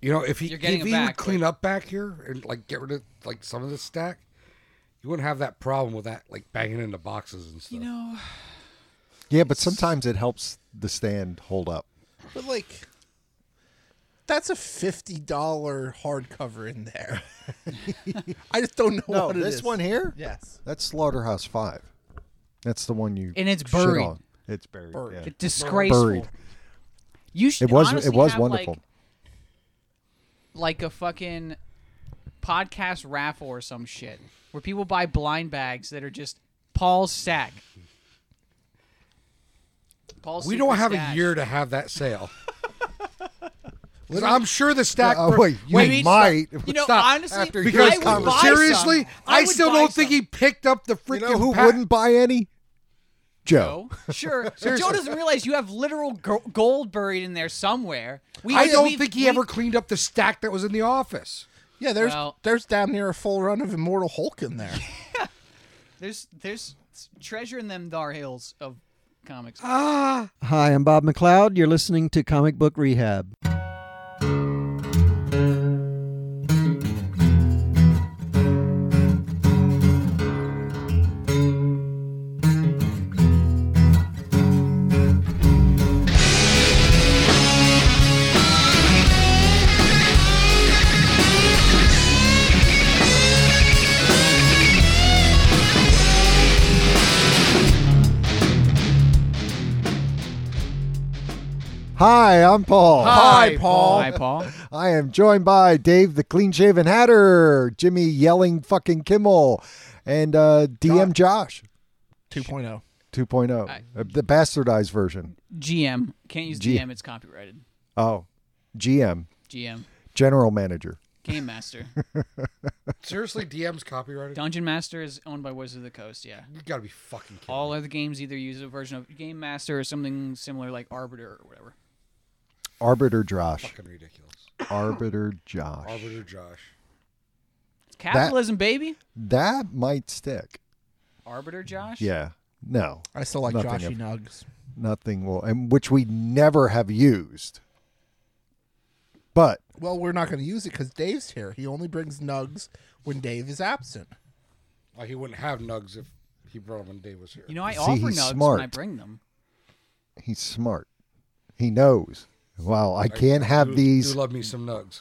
You know, if he You're if getting he it back, would clean like- up back here and like get rid of like some of the stack, you wouldn't have that problem with that like banging into boxes and stuff. You know, Yeah, but sometimes it helps the stand hold up. But like, that's a fifty dollar hardcover in there. I just don't know No, what it is. this one here. Yes. That's Slaughterhouse Five. That's the one you And it's shit buried. on. It's buried. Buried. yeah. disgraceful. Buried. You should. It was honestly it was have, wonderful. Like, like a fucking podcast raffle or some shit where people buy blind bags that are just Paul's sack. Paul's We secret don't have a stash. year to have that sale. 'Cause I'm sure the stack. Uh, wait, you Maybe- might. You know, Stop. honestly, After because I would buy some. seriously, I, would still buy don't think some. he picked up the You freaking. know who pack. wouldn't buy any? Joe. Joe. Sure. But Joe doesn't realize you have literal go- gold buried in there somewhere. We, I don't we- think he we- ever cleaned up the stack that was in the office. Yeah, there's Well- there's damn near a full run of Immortal Hulk in there. There's there's treasure in them dar hills of comics. Hi, I'm Bob McLeod. You're listening to Comic Book Rehab. Hi, I'm Paul. Hi, Paul. Hi, Paul. I am joined by Dave the Clean Shaven Hatter, Jimmy Yelling Fucking Kimmel, and uh, DM Josh 2.0. 2.0, uh, the bastardized version. GM can't use G- GM. It's copyrighted. Oh, GM, GM. General Manager. Game Master. Seriously, DM's copyrighted. Dungeon Master is owned by Wizards of the Coast. Yeah. You gotta be fucking kidding. All other games either use a version of Game Master or something similar like Arbiter or whatever. Arbiter Josh. fucking ridiculous. Arbiter Josh. Arbiter Josh. It's capitalism, baby. That might stick. Arbiter Josh. Yeah. No, I still like Nothing Joshy of- Nugs. nothing will, and which we never have used. But Well, we're not going to use it because Dave's here. He only brings Nugs when Dave is absent. Like he wouldn't have nugs if he brought him when Dave was here. You know, I See, offer he's nugs smart. when I bring them. he's smart. He knows. Well, I can't have do, these Do love me some nugs.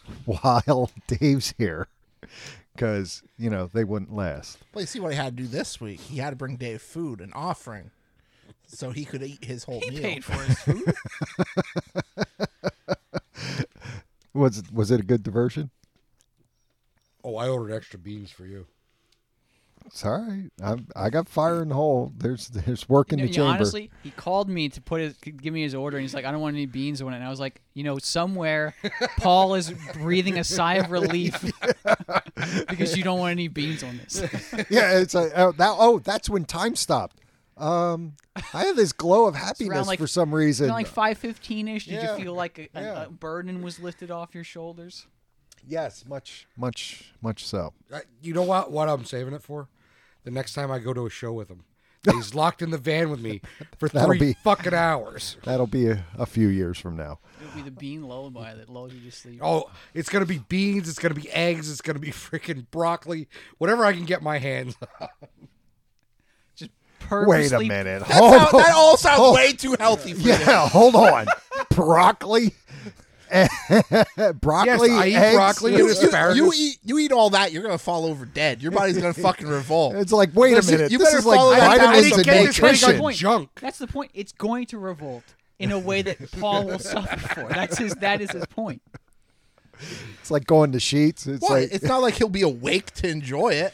while Dave's here because, you know, they wouldn't last. Well, you see what he had to do this week. He had to bring Dave food, an offering, so he could eat his whole He meal. paid for his food. Was was it a good diversion? Oh, I ordered extra beans for you. It's all right. I'm, I got fire in the hole. There's there's work in You the know, chamber. honestly, he called me to put his, give me his order, and he's like, "I don't want any beans on it." And I was like, "You know, somewhere, Paul is breathing a sigh of relief because you don't want any beans on this." yeah, it's a, oh, that. Oh, that's when time stopped. Um, I had this glow of happiness like- for some reason. Around like five fifteen ish, did Yeah, you feel like a, a, yeah. a burden was lifted off your shoulders? yes, much, much, much so. I, you know what? What I'm saving it for? The next time I go to a show with him, he's locked in the van with me for That'll three be- fucking hours. That'll be a, a few years from now. It'll be the bean lullaby that lulls you to sleep. Oh, it's gonna be beans. It's gonna be eggs. It's gonna be freaking broccoli. Whatever I can get my hands. on. Just Wait purposely. a minute. That, Hold sound- that on. all sounds way too healthy for you. Oh. Yeah, hold on. broccoli. broccoli. I eat eggs? broccoli. You, Dude, you- asparagus. you eat you eat all that, you're gonna fall over dead. Your body's gonna fucking revolt. It's like, wait Listen, a minute. you this better is like follow that down vitamins with and some That's the education. nutrition. point. Junk. That's the point. It's going to revolt in a way that Paul will suffer for. That's his. That is his point. It's like going to sheets. It's What? like it's not like he'll be awake to enjoy it.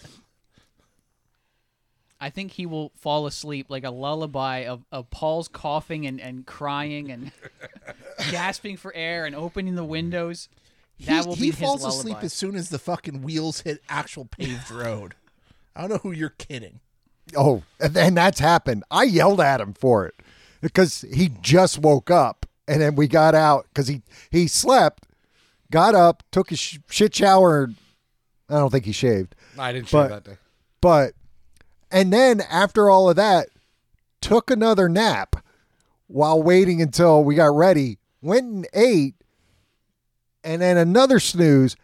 I think he will fall asleep like a lullaby of, of Paul's coughing and, and crying and gasping for air and opening the windows. That he will he be falls his asleep lullaby. as soon as the fucking wheels hit actual paved road. I don't know who you're kidding. Oh, and then that's happened. I yelled at him for it because he just woke up, and then we got out because he he slept, got up, took his sh- shit shower. I don't think he shaved, I didn't But- shave that day. but and then after all of that, took another nap while waiting until we got ready. Went and ate, and then another snooze,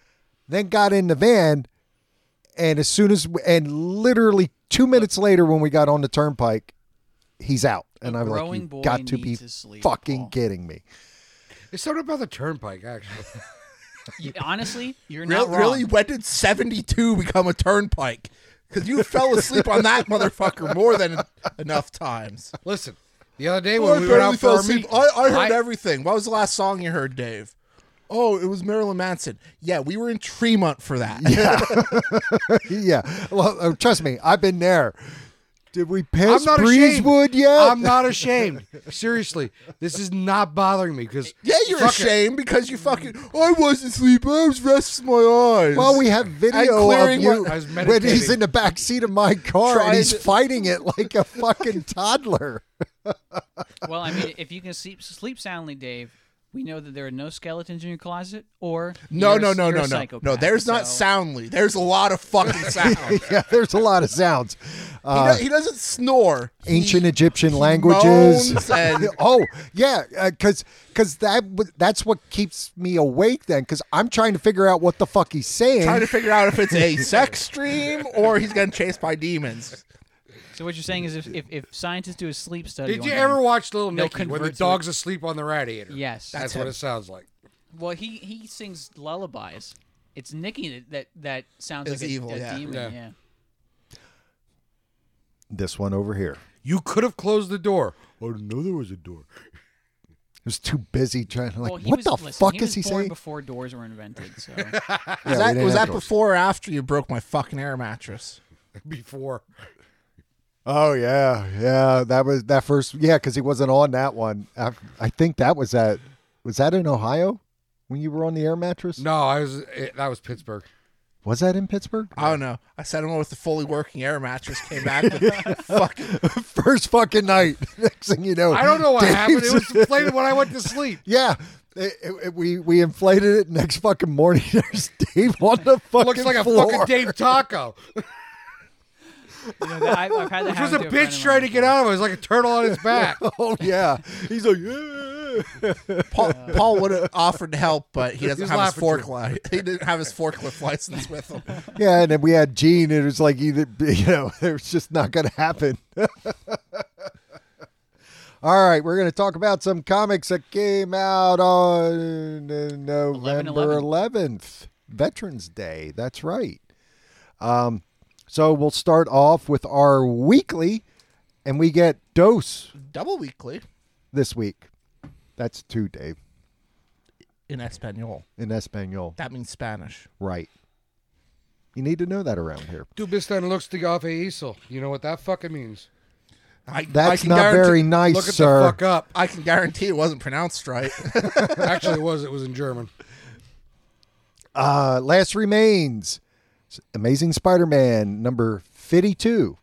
then got in the van, and as soon as and literally two minutes later when we got on the turnpike, he's out, and A I'm like, growing you boy got to be needs his sleep, fucking Paul." kidding me. It's something about the turnpike, actually. You- honestly, you're not Real- wrong. really, when did 72 become a turnpike? Because you fell asleep on that motherfucker more than enough times. Listen, the other day Oh, I when we went barely out for fell our asleep. meet, I, I heard everything. What was the last song you heard, Dave? Oh, it was Marilyn Manson. Yeah, we were in Tremont for that. yeah, well, uh, trust me, I've been there. Did we I'm pass not ashamed. Breezewood yet? I'm not ashamed. Seriously, this is not bothering me because Yeah, you're Fuck it. ashamed because you fucking. I wasn't sleeping. I was resting my eyes. Well, we have video of clearing you what- I was when he's meditating. in the back seat of my car and Trying he's to- fighting it like a fucking toddler. Well, I mean, if you can sleep sleep soundly, Dave, we know that there are no skeletons in your closet. Or No, you're a- no, no, you're a no, no, no. psychopath, There's not so- soundly. There's a lot of fucking sound. he, do- yeah, there's a lot of sounds. Uh, he doesn't snore. He- ancient Egyptian he languages. moans and oh yeah, because because that w- that's what keeps me awake then. Because I'm trying to figure out what the fuck he's saying. trying to figure out if it's a sex dream or he's getting chased by demons. So what you're saying is, if, if, if scientists do a sleep study, Did on you him- ever watch Little They'll Nicky when the convert to it. dog's asleep on the radiator? Yes. that's, That's what him. it sounds like. Well, he he sings lullabies. It's Nikki that that, that sounds Is like a, evil, a yeah. demon. Yeah. Yeah. this one over here. You could have closed the door. I didn't know there was a door. He was too busy trying to like. well, he what was, the listen, fuck he was is he born saying? Before doors were invented, so Yeah, we Was that, didn't have was that doors. before or after you broke my fucking air mattress? Before Oh yeah, yeah. That was that first. Yeah, because he wasn't on that one. I, I think that was that. Was that in Ohio when you were on the air mattress? no, I was it, that was Pittsburgh. Was that in Pittsburgh? I don't know. I sat on with the fully working air mattress, came back with fucking first fucking night. Next thing you know, I don't know what Dave's- happened. It was inflated when I went to sleep. Yeah. It- it- we we inflated it. Next fucking morning, there's Dave on the fucking Looks like a floor. fucking Dave Taco. you know, that- I've, I've had that Which was happen a to friend bitch of trying to mine get out of it. It was like a turtle on his back. Oh yeah, he's like, yeah. Paul, Paul would have offered to help, but he doesn't He's have his laughing too. forklift. He didn't have his forklift license with him. yeah. And then we had Gene. And it was like either you know, it was just not going to happen. All right, we're going to talk about some comics that came out on uh, November 11th, Veterans Day. That's right. Um, so we'll start off with our weekly, and we get Dose Double weekly this week. That's two, Dave, in Espanol. in Espanol. That means Spanish. Right. You need to know that around here. Tu bist en looks de off Isel. You know what that fucking means? I, I That's can not guarantee- very nice, Look at sir. the fuck up. I can guarantee it wasn't pronounced right. Actually, it was. It was in German. Uh, Last Remains, S- Amazing Spider Man, number 52.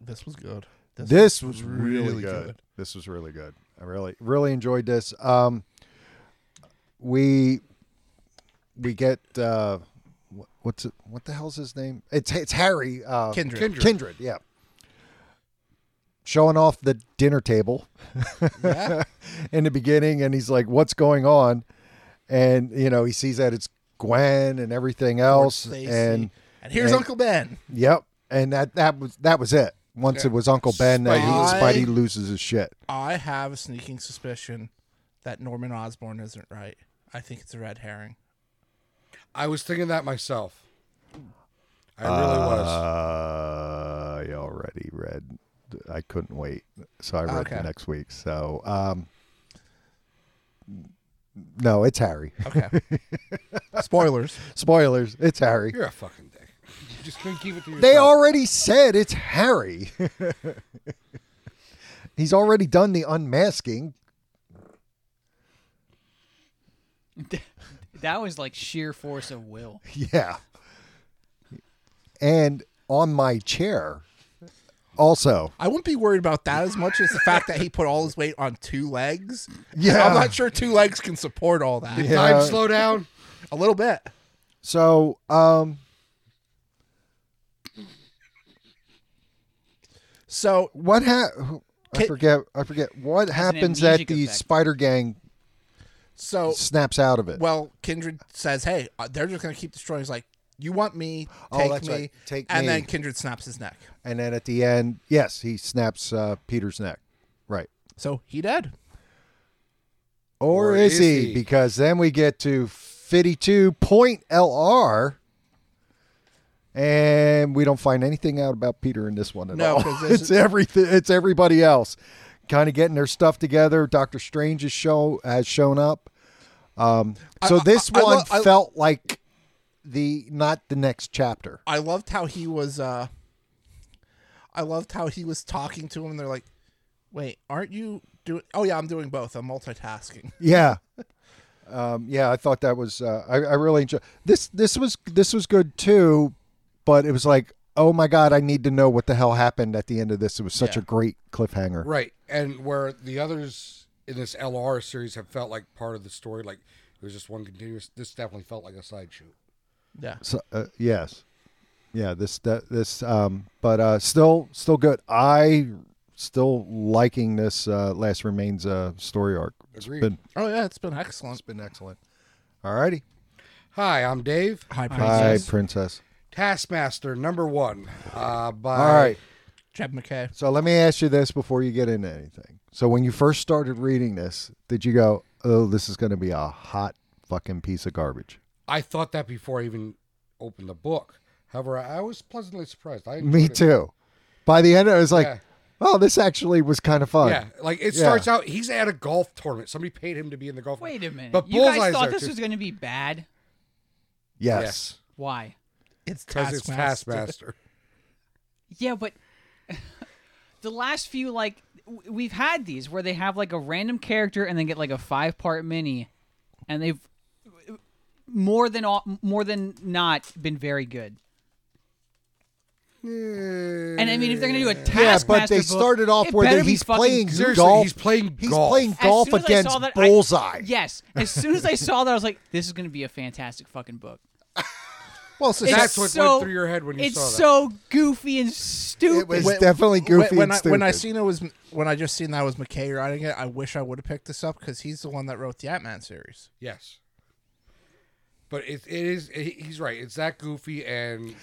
this was good. This was really, good. This was really good. I really, really enjoyed this. Um, we we get uh, wh- what's it, what the hell's his name? It's it's Harry uh, Kindred. Kindred. Kindred, yeah. Showing off the dinner table Yeah. in the beginning, and he's like, "What's going on?" And you know, he sees that it's Gwen and everything else, Stacey. and And here's and- Uncle Ben. yep, and that that was that was it. Once it was Uncle Ben, that he, Spidey. Spidey loses his shit. I have a sneaking suspicion that Norman Osborn isn't right. I think it's a red herring. I was thinking that myself. I really was. Uh, I already read. I couldn't wait, so I read the Okay. next week. So, um, no, it's Harry. Okay. Spoilers. Spoilers. It's Harry. You're a fucking dick. You just couldn't keep it to yourself. They already said it's Harry. He's already done the unmasking. That was like sheer force of will. Yeah. And on my chair, also. I wouldn't be worried about that as much as the fact that he put all his weight on two legs. Yeah. I'm not sure two legs can support all that. Yeah. Time slow down. A little bit. So, um, So what hap I Ki- forget. I forget what happens at amnesic the effect. Spider Gang So snaps out of it. Oh. Well, Kindred says, "Hey, uh, they're just going to keep destroying." He's like, "You want me? Oh, Take that's me." right. Take and me. then Kindred snaps his neck. and then at the end, yes, he snaps uh, Peter's neck. Right. So he dead. Or, Or is, is he? he? Because then we get to 52.LR and we don't find anything out about Peter in this one at No, all. 'cause this It's is- everything it's everybody else kind of getting their stuff together. Doctor Strange is show has shown up. Um so I- this I- I one lo- I- felt like the not the next chapter. I loved how he was. uh I loved how he was talking to him. And they're like, "Wait, aren't you doing? Oh yeah, I'm doing both. I'm multitasking." Yeah. Um, yeah, I thought that was uh, I, I really enjoyed this this was this was good too, but it was like, oh my god, I need to know what the hell happened at the end of this. It was such a great cliffhanger. Right. And where the others in this LR series have felt like part of the story, like it was just one continuous, this definitely felt like a sideshow. Yeah. So, uh, yes. Yeah, this that this um but uh still still good. I still liking this uh last remains uh story arc. It's Agreed. been Oh yeah, it's been excellent. it's been excellent. All righty. Hi, I'm Dave, Hi, Hi, Princess. princess. Taskmaster number one. Uh, by All right. Jeb McKay. So let me ask you this before you get into anything. So when you first started reading this, did you go, "Oh, this is going to be a hot fucking piece of garbage"? I thought that before I even opened the book. However, I was pleasantly surprised. I Me enjoyed it. too. By the end, I was like, Yeah. "Oh, this actually was kind of fun." Yeah, like it Yeah. starts out. He's at a golf tournament. Somebody paid him to be in the golf. Wait a minute. But you guys Bullseye's thought there, this too. was going to be bad? Yes. Why? It's because it's Taskmaster. Taskmaster. Yeah, but the last few like w- we've had these where they have like a random character and then get like a five part mini, and they've more than all, more than not been very good. And I mean, if they're gonna do a taskmaster, Yeah, but they book, started off it where better that be he's fucking playing good. Seriously, golf. he's playing He's golf. playing As golf soon as I saw against that, I- Bullseye. yes, as soon as I saw that, I was like, "This is gonna be a fantastic fucking book." Well, so It's That's what went so- through your head when you it's saw that. so goofy and stupid. It was definitely goofy when, and I, stupid. when I seen it was when I just seen that was McKay writing it, I wish I would have picked this up because he's the one that wrote the Ant Man series. Yes. But it, it is, he- he's right. It's that goofy, and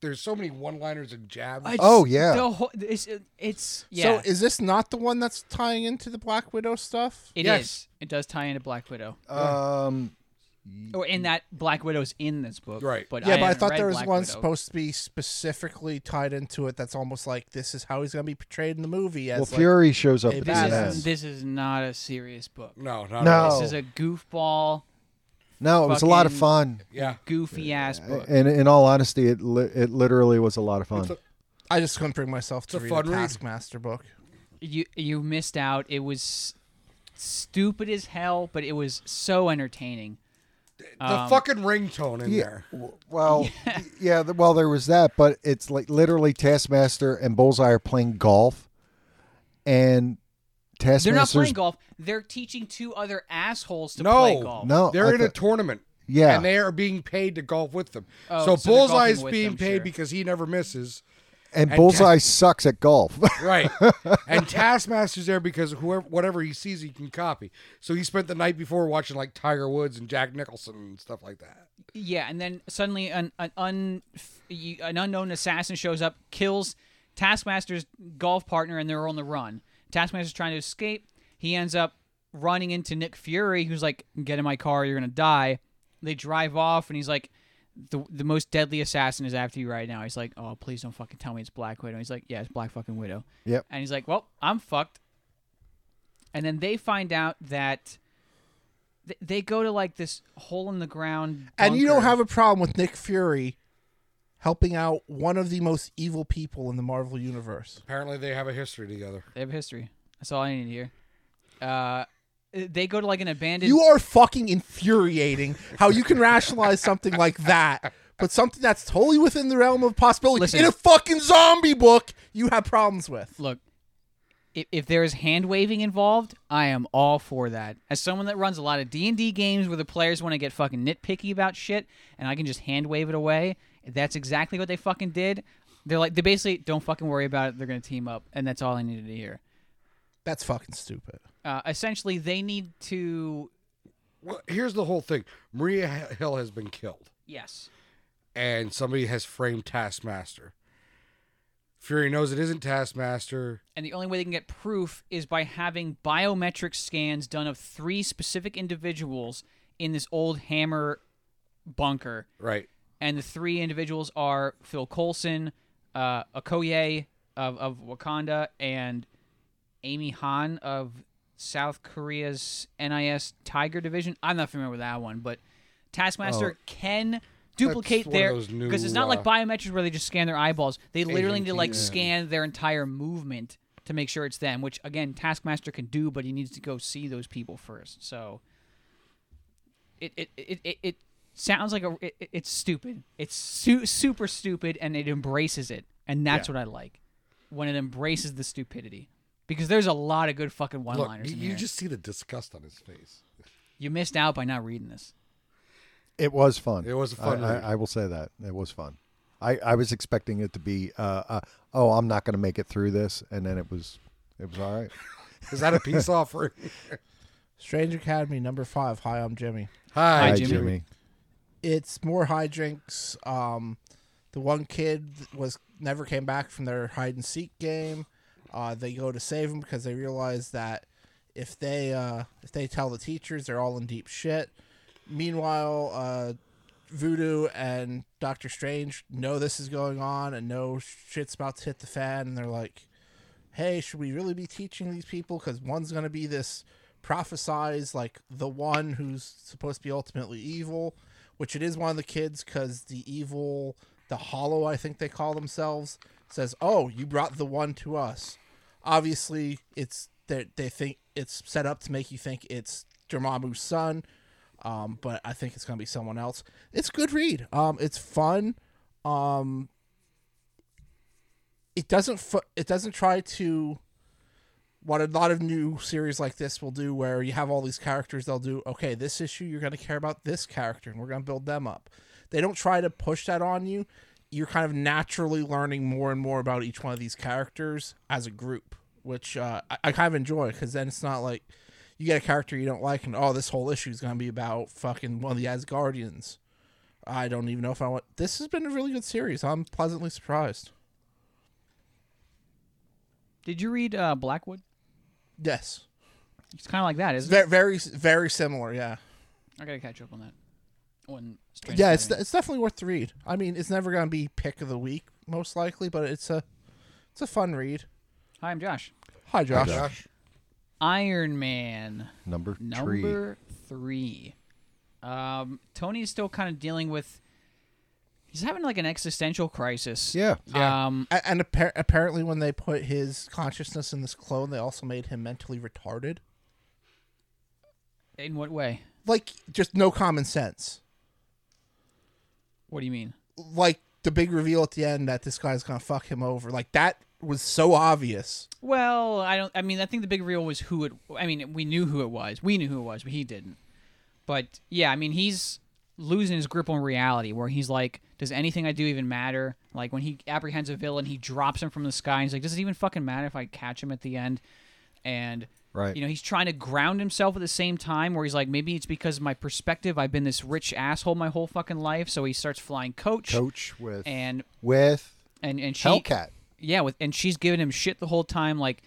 there's so many one liners and jabs. It's- Oh, yeah. the whole, it's, it's yeah. So is this not the one that's tying into the Black Widow stuff? It is. Yes. It does tie into Black Widow, um, or in that Black Widow's in this book, Right. But yeah, but I haven't thought read there was Black one Widow. supposed to be specifically tied into it. That's almost like this is how he's going to be portrayed in the movie. As well, like- Fury shows up a at the This end. is this is not a serious book. no, not No. at all. This is a goofball, No, it was a lot of fucking- fun. Yeah. goofy ass book. And in all honesty, it li- it literally was a lot of fun. I just couldn't bring myself to a read fun the read. Taskmaster book. You you missed out. It was stupid as hell, but it was so entertaining. The fucking ringtone in Um, Yeah. there. w- Well, yeah. th- well, there was that, but it's like literally Taskmaster and Bullseye are playing golf, and Taskmaster's They're not playing golf. They're teaching two other assholes to No. play golf. No, They're I in a thought- tournament. Yeah. And they are being paid to golf with them. so, Oh, so they're golfing Bullseye's with being them, paid sure. because he never misses. and and Bullseye sucks at golf. Right. and Taskmaster's there because whoever whatever he sees he can copy. So he spent the night before watching like Tiger Woods and Jack Nicholson and stuff like that. Yeah, and then suddenly an an un you- an unknown assassin shows up, kills Taskmaster's golf partner, and they're on the run. Taskmaster's trying to escape. He ends up running into Nick Fury, who's like, "Get in my car, you're gonna die." They drive off, and he's like, "the The most deadly assassin is after you right now." He's like, "Oh, please don't fucking tell me it's Black Widow." He's like, "Yeah, it's Black fucking Widow." Yep. And he's like, "Well, I'm fucked." And then they find out that. th- They go to like this hole in the ground, And you don't bunker. have a problem with Nick Fury helping out one of the most evil people in the Marvel universe. Apparently they have a history together. They have history. That's all I need to hear. Uh, they go to like an abandoned. You are fucking infuriating how you can rationalize something like that, but something that's totally within the realm of possibility Listen. in a fucking zombie book you have problems with. Look, if, if there is hand waving involved, I am all for that. As someone that runs a lot of D and D games where the players want to get fucking nitpicky about shit, and I can just hand wave it away, that's exactly what they fucking did. They're like, they basically don't fucking worry about it. They're gonna team up, and that's all I needed to hear. That's fucking stupid. Uh, essentially, they need to. Well, here's the whole thing. Maria Hill has been killed. Yes. and somebody has framed Taskmaster. Fury knows it isn't Taskmaster. And the only way they can get proof is by having biometric scans done of three specific individuals in this old hammer bunker. Right. And the three individuals are Phil Coulson, uh, Okoye of, of Wakanda, and Amy Han of South Korea's NIS Tiger Division. I'm not familiar with that one, but Taskmaster can duplicate Oh. one of their those new, because it's not uh, like biometrics where they just scan their eyeballs. They literally need to like AVPs. scan their entire movement to make sure it's them, which again Taskmaster can do, but he needs to go see those people first. So it it it it, it sounds like a it, it- it's stupid. It's su- super stupid, and it embraces it, and that's what I like when it embraces the stupidity. Because there's a lot of good fucking Look, one-liners you, in you here. just see the disgust on his face. you missed out by not reading this. It was fun. It was a fun I, I, read. I will say that it was fun. I, I was expecting it to be, uh, uh, oh, I'm not going to make it through this, and then it was, it was all right. Is that a peace offering? Strange Academy number five. Hi, I'm Jimmy. Hi, Hi, Jimmy. Jimmy. It's more high drinks. Um, the one kid was never came back from their hide and seek game. Uh, they go to save him because they realize that if they uh, if they tell the teachers, they're all in deep shit. Meanwhile, uh, Voodoo and Doctor Strange know this is going on and know shit's about to hit the fan, and they're like, "Hey, should we really be teaching these people? Because one's gonna be this prophesized like the one who's supposed to be ultimately evil, which it is one of the kids, because the evil, the Hollow, I think they call themselves, says, "Oh, you brought the one to us." Obviously, it's they they think it's set up to make you think it's Dormammu's son, um, but I think it's gonna be someone else. It's a good read. Um, it's fun. Um, it doesn't fu- it doesn't try to what a lot of new series like this will do where you have all these characters they'll do okay this issue you're going to care about this character and we're going to build them up they don't try to push that on you you're kind of naturally learning more and more about each one of these characters as a group which uh, I, I kind of enjoy because then it's not like you get a character you don't like and oh this whole issue is going to be about fucking one of the asgardians i don't even know if i want this has been a really good series i'm pleasantly surprised Did you read uh, Blackwood? yes It's kind of like that, isn't it? very very very similar yeah I gotta catch up on that. On Strange yeah it's, Academy. it's definitely worth the read i mean it's never gonna be pick of the week most likely but it's a it's a fun read Hi, I'm Josh. hi josh, Josh. Iron Man Number, three. number three. Um, Tony's still kind of dealing with. He's having like an existential crisis. Yeah. Um, A- and appar- apparently when they put his consciousness in this clone they also made him mentally retarded in what way? like just no common sense What do you mean? like the big reveal at the end that this guy's gonna fuck him over like that was so obvious Well, I don't. I mean, I think the big reveal was who it. I mean, we knew who it was. We knew who it was, but he didn't. But yeah, I mean, he's losing his grip on reality, where he's like, "Does anything I do even matter?" Like when he apprehends a villain, he drops him from the sky. And he's like, "Does it even fucking matter if I catch him at the end?" And Right. you know, he's trying to ground himself at the same time, where he's like, "Maybe it's because of my perspective. I've been this rich asshole my whole fucking life." So he starts flying coach, Coach with and with and and she Hellcat. yeah, with and she's giving him shit the whole time. Like,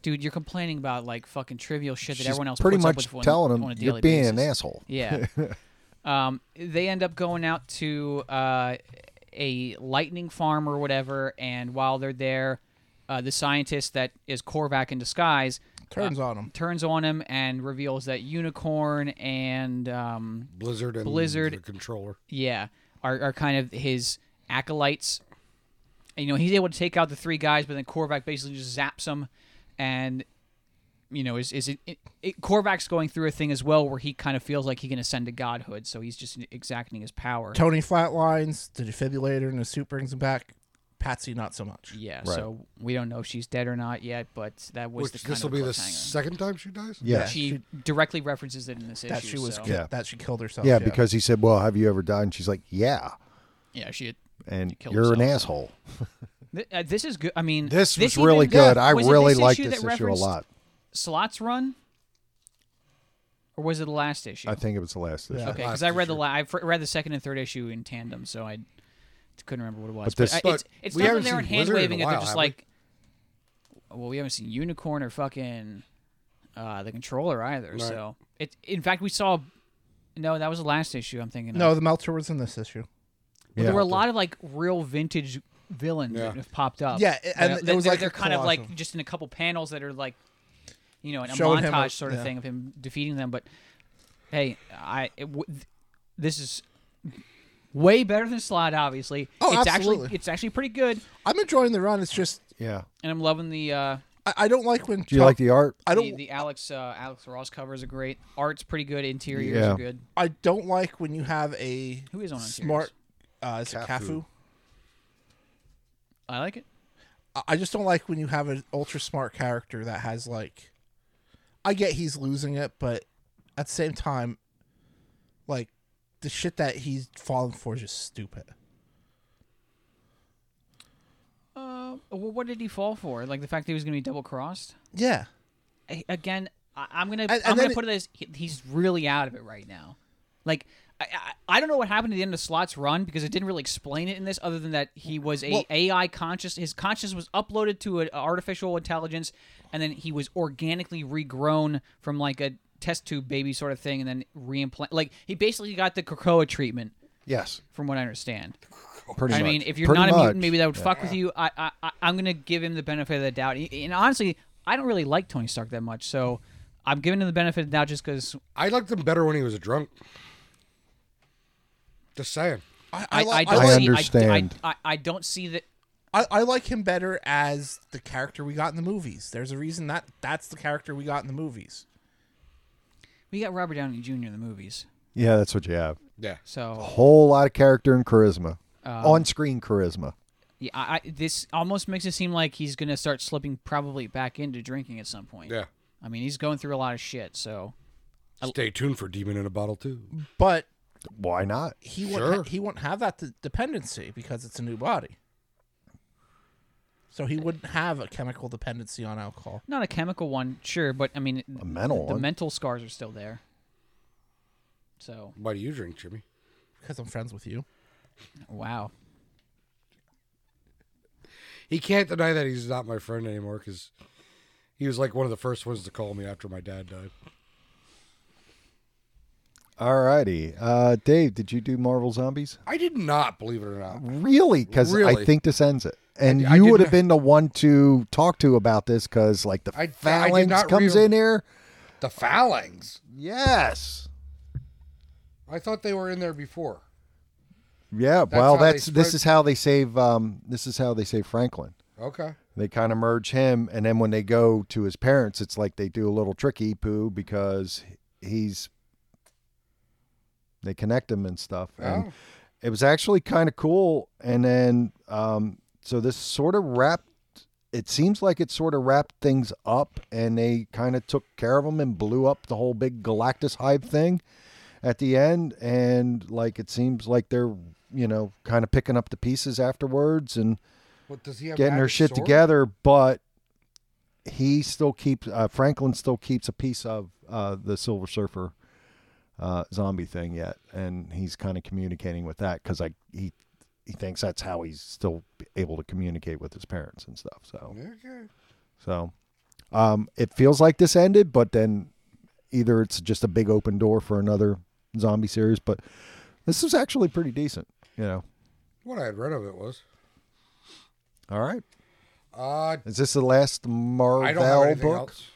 dude, you're complaining about like fucking trivial shit that She's everyone else pretty puts up much with on- telling on a him you're daily being an basis." asshole. Yeah. um, they end up going out to uh, a lightning farm or whatever, and while they're there, uh, the scientist that is Korvac in disguise turns on him turns on him and reveals that Unicorn and um, Blizzard and Blizzard. the controller. yeah, are, are kind of his acolytes. And, you know, he's able to take out the three guys, but then Korvac basically just zaps him, and you know, is is it, it, it Korvac's going through a thing as well where he kind of feels like he can ascend to godhood, so he's just exacting his power. tony flatlines the defibrillator and the suit brings him back patsy not so much Yeah, so we don't know if she's dead or not yet, but that was Which the kind this will of be the cliffhanger. second time she dies. Yeah. Yeah. she directly references it in this that issue. she was so- ki- yeah. Yeah. that she killed herself Yeah, because he said, "Well, have you ever died?" And she's like, "Yeah." she. Had, And killed you're an herself. asshole. th- uh, this is good. I mean, This was even- really good. I was it really this liked issue this that issue a referenced lot. Slots run or was it the last issue? I think it was the last issue. Yeah. Okay, Last because I read the issue. la- I fr- read the second and third issue in tandem, so I couldn't remember what it was. But this- I- But it's, it's we not that haven't they aren't seen hand Blizzard in a waving it; they're while, just have we? like, well, we haven't seen Unicorn or fucking uh, the controller either. So it, in fact, we saw. No, that was the last issue. I'm thinking. No, of. the Melter was in this issue. But Yeah. there were a lot of like real vintage villains that Yeah. have popped up. Yeah, a- and That- it that was they're, like a they're kind of collage like of- just in a couple panels that are like, you know, in a Showing him montage a- sort of yeah. thing of him defeating them. But hey, I it, w- th- this is way better than Slide, obviously. Oh, it's actually absolutely. it's actually pretty good, I'm enjoying the run. It's just Yeah. and I'm loving the uh, I, I don't like when Do you like the art? I the, don't the Alex uh, Alex Ross covers are great. Art's pretty good. Interiors Yeah. are good. I don't like when you have a Who is on Interiors? smart uh is it Cafu. I like it. I- I just don't like when you have an ultra smart character that has like I get he's losing it, but at the same time like the shit that he's falling for is just stupid. Uh, well, what did he fall for? Like the fact that he was going to be double crossed. Yeah. I- again, I, I'm gonna and I'm gonna then put it as he, he's really out of it right now. Like I, I I don't know what happened at the end of Slot's run because it didn't really explain it in this, other than that he was a Well- AI conscious. His conscious was uploaded to an artificial intelligence, and then he was organically regrown from like a test tube baby sort of thing, and then reimplant. Like he basically got the Krakoa treatment, Yes. from what I understand. Pretty I much. mean, if you're Pretty not a much. mutant, maybe that would fuck with you. I, I, I- I'm gonna give him the benefit of the doubt. He- And honestly, I don't really like Tony Stark that much, so I'm giving him the benefit of the doubt just because I liked him better when he was a drunk. Just saying. I, I, I, li- I I don't like, see, understand. I, I, I don't see that. I, I like him better as the character we got in the movies. There's a reason that that's the character we got in the movies. We got Robert Downey Jr. in the movies, Yeah, that's what you have. Yeah. so Whole lot of character and charisma. Um, On screen charisma. yeah, I, I, this almost makes it seem like he's gonna start slipping probably back into drinking at some point. Yeah. I mean, he's going through a lot of shit, so Stay tuned for Demon in a Bottle too. But Why not? he won't Sure. ha- he won't have that d- dependency because it's a new body. So he wouldn't have a chemical dependency on alcohol. not a chemical one, sure, but I mean, A mental the one. mental scars are still there. So Why do you drink, Jimmy? Because I'm friends with you. wow. He can't deny that he's not my friend anymore because he was like one of the first ones to call me after my dad died. All righty. Uh, Dave, did you do Marvel Zombies? I did not believe it or not. Really? Because I Really. think this ends it. And I you did would have not- been the one to talk to about this because, like, the I- I did phalanx not comes re- in here. The phalanx. Yes. I thought they were in there before. Yeah. well, how they that's this spread- is how they save. Um, this is how they save Franklin. Okay. They kind of merge him, and then when they go to his parents, it's like they do a little tricky poo because he's. They connect him and stuff, and Oh. it was actually kind of cool. And then, um, so this sort of wrapped. It seems like it sort of wrapped things up, and they kind of took care of him and blew up the whole big Galactus hive thing at the end. And like it seems like they're you know kind of picking up the pieces afterwards, and What does he have? getting her magic shit sword? together, but he still keeps uh, Franklin still keeps a piece of uh, the Silver Surfer uh, zombie thing yet, and he's kind of communicating with that because I he he thinks that's how he's still able to communicate with his parents and stuff. So Okay. so um, it feels like this ended, but then either it's just a big open door for another zombie series, but this is actually pretty decent, you know. What I had read of it was. All right. Uh, Is this the last Marvel I don't have anything book? else.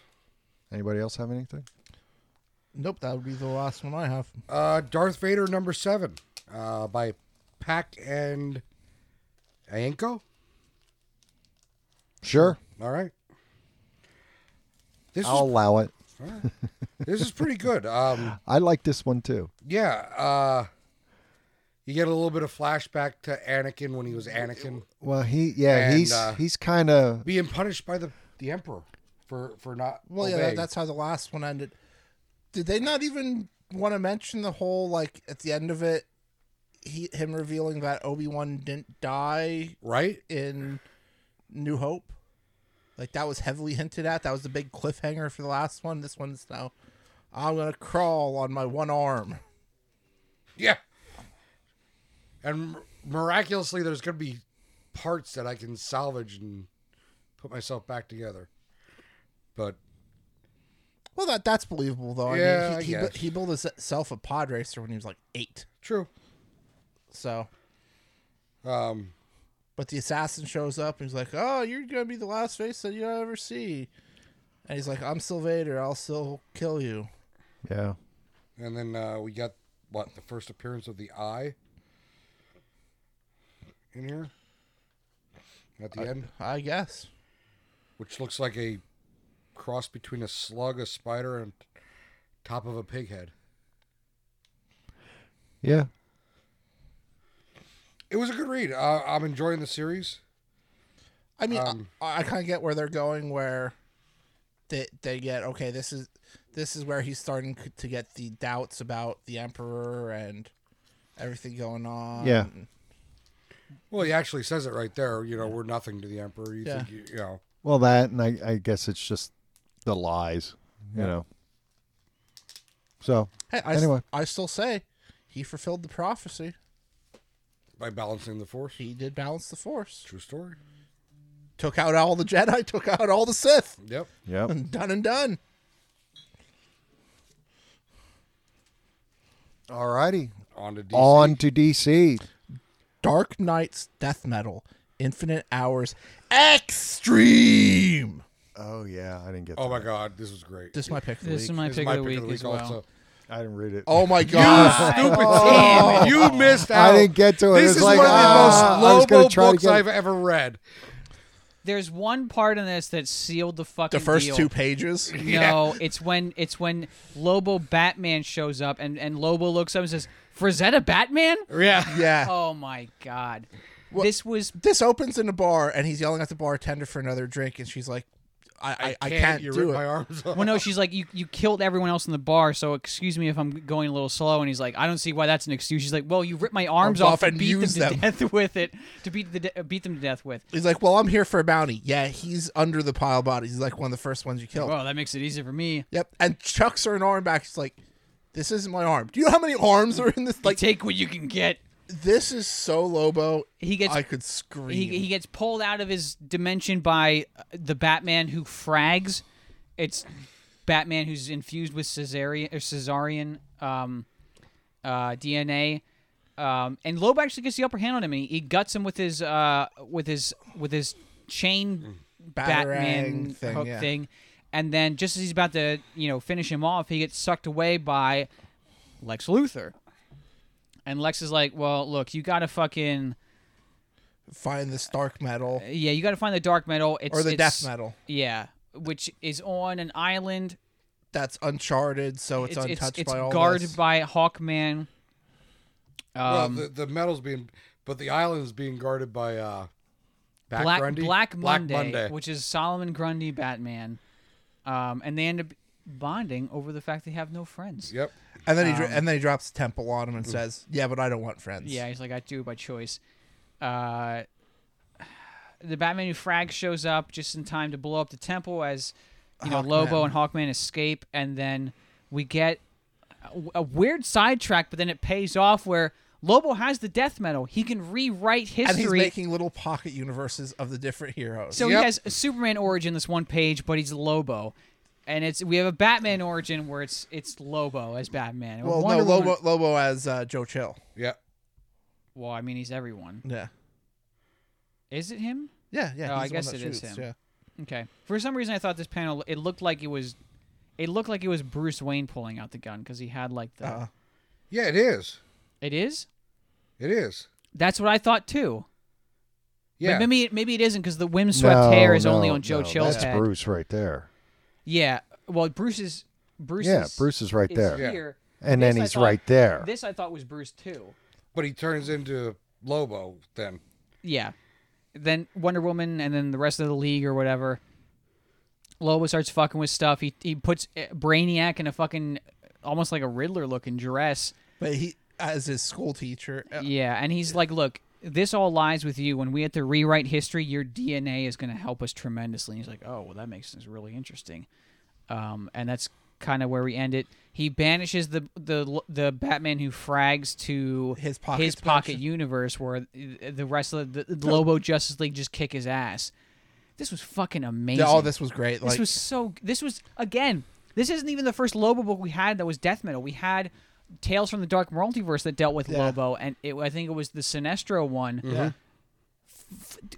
Anybody else have anything? Nope, that would be the last one I have. Uh, Darth Vader number seven, uh, by Pack and Ayenko. Sure. All right. This I'll is allow it. this is pretty good. Um, I like this one too. yeah. Uh, you get a little bit of flashback to Anakin when he was Anakin Well, he yeah, And, he's uh, he's kind of being punished by the the Emperor for for not. Well, yeah, obeying. that, that's how the last one ended. Did they not even want to mention the whole like at the end of it, he him revealing that Obi Wan didn't die right. in New Hope? Like that was heavily hinted at. That was the big cliffhanger for the last one. This one's now I'm gonna crawl on my one arm. Yeah. And mir- miraculously, there's going to be parts that I can salvage and put myself back together. But Well, that that's believable though. Yeah, I mean, I he, he, bu- guess. he built himself a pod racer when he was like eight. true. So, Um, but the assassin shows up and he's like, "Oh, you're gonna be the last face that you ever see," and he's like, "I'm still Vader. I'll still kill you." Yeah. and then uh, we got what the first appearance of the eye in here at the end, I guess. which looks like a cross between a slug, a spider, and top of a pig head. Yeah. It was a good read. Uh, I'm enjoying the series. I mean, Um, I, I kind of get where they're going, where they they get okay. This is this is where he's starting c- to get the doubts about the emperor and everything going on. Yeah. Well, he actually says it right there. You know, we're nothing to the emperor. You Yeah. think you, you know. Well, that, and I, I guess it's just the lies, you know. So, Hey, I, s- Anyway. I still say he fulfilled the prophecy. by balancing the force. He did balance the force. True story. Took out all the Jedi. Took out all the Sith. Yep. yep. And done and done. All righty. On to DC. On to DC. Dark Knight's death metal. Infinite hours. Extreme. Oh, yeah. I didn't get Oh that. my God, this was great. This is my pick. Of the This week. is my This pick, of, the week as well. I didn't read it. oh my god. Stupid Oh. team, you missed out. Oh, I didn't get to it. This It's is like, one of ah, I was the most gonna Lobo try to books get it. I've ever read. There's one part in this that sealed the fucking the first deal. two pages. No, it's when it's when Lobo Batman shows up and and Lobo looks up and says, "Frazetta Batman." Yeah. Yeah. Oh my god, this was this opens in a bar and he's yelling at the bartender for another drink and she's like i i, I can't, you do ripped it my arms off. Well, no, she's like, you, you killed everyone else in the bar, so excuse me if I'm going a little slow. And he's like, I don't see why that's an excuse. She's like, well, you ripped my arms Arms off, off and and beat them used to them." death with it. To beat the de- beat them to death with. he's like well i'm here for a bounty yeah he's under the pile of bodies he's like one of the first ones you Oh. killed Well, that makes it easier for me. yep and chucks her an arm back she's like this isn't my arm do you know how many arms are in this like Take what you can get. this is so lobo He gets i could scream he, he gets pulled out of his dimension by uh, the Batman who frags. It's Batman who's infused with Caesarian or Caesarian um, uh, DNA. Um, and Lobo actually gets the upper hand on him, and he, he guts him with his uh, with his with his chain Batman Batarang thing, hook yeah. thing. And then just as he's about to you know finish him off, he gets sucked away by Lex Luthor. And Lex is like, "Well, look, you gotta fucking." find this dark metal Yeah, you got to find the dark metal. It's, or the it's- death metal Yeah, which is on an island. that's uncharted so it's, It's it's, untouched it's, by all guarded this. by Hawkman. Well, Um, the, the metal's being, but the island's being guarded by uh, Back Black Grundy? Black Monday, Monday. which is Solomon Grundy Batman, um, and they end up bonding over the fact they have no friends. Yep. and then he dro- and then he drops the temple on him and says yeah but i don't want friends um, Yeah, he's like, I do it by choice. Uh, the Batman who frag shows up just in time to blow up the temple as you know Lobo and Hawkman escape, and then we get a, a weird sidetrack, but then it pays off where Lobo has the death metal. He can rewrite and history. he's making little pocket universes of the different heroes. so Yep. he has a Superman origin this one page, but he's Lobo. And it's we have a Batman origin where it's it's Lobo as Batman. And well, Wonder no, Woman- Lobo, Lobo as uh, Joe Chill. Yep. Well, I mean he's everyone. Yeah, Is it him? yeah, yeah. Oh, I he's the one guess that it is shoots, him. Yeah. Okay. For some reason, I thought this panel it looked like it was, it looked like it was Bruce Wayne pulling out the gun because he had like the. Uh-huh. Uh, Yeah, it is. It is. It is. That's what I thought too. Yeah. But maybe it, maybe it isn't because the windswept hair is only on Joe Chill's That's head. Bruce right there. Yeah. Well, Bruce's Bruce. yeah, is, Bruce is right is there. Yeah. here. And This then I he's thought- right there. This I thought was Bruce too. But he turns into Lobo then. Yeah. Then Wonder Woman and then the rest of the league or whatever. Lobo starts fucking with stuff. He he puts eh, Brainiac in a fucking almost like a Riddler looking dress. but he as his school teacher. uh, Yeah, and he's like, "Look, this all lies with you. When we have to rewrite history, your DNA is going to help us tremendously." And he's like, "Oh, well, that makes this really interesting." Um, and that's kind of where we end it. He banishes the the the Batman who frags to His pocket his pocket dimension. universe where the rest of the, the Lobo Justice League just kick his ass. This was fucking amazing. All this was great. This Like was so. This was again. This isn't even the first Lobo book we had that was death metal. We had Tales from the Dark Multiverse that dealt with Yeah. Lobo, and it, I think it was the Sinestro one. yeah.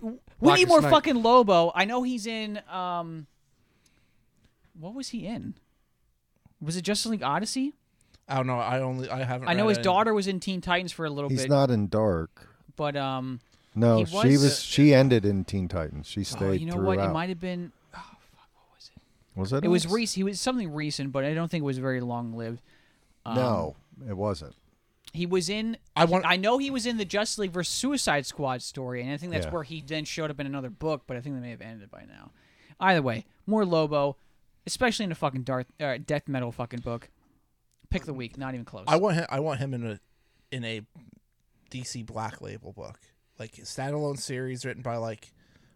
We need Blackest more Night. fucking Lobo. I know he's in. Um, what was he in? Was it Justice League Odyssey? I don't know. I only I haven't. I know read his any- daughter was in Teen Titans for a little He's bit, not in Dark. but um, No, He she was- was. She ended in Teen Titans. She stayed oh, you know throughout. what? It might have been. was it? It was us? recent. He was something recent, but I don't think it was very long lived. No, um, it wasn't. He was in. I want- I know he was in the Justice League versus Suicide Squad story, and I think that's Yeah. where he then showed up in another book. But I think they may have ended it by now. Either way, more Lobo, especially in a fucking dark uh, death metal fucking book. Pick the week. Not even close. I want him. I want him in a in a DC Black Label book, like a standalone series written by like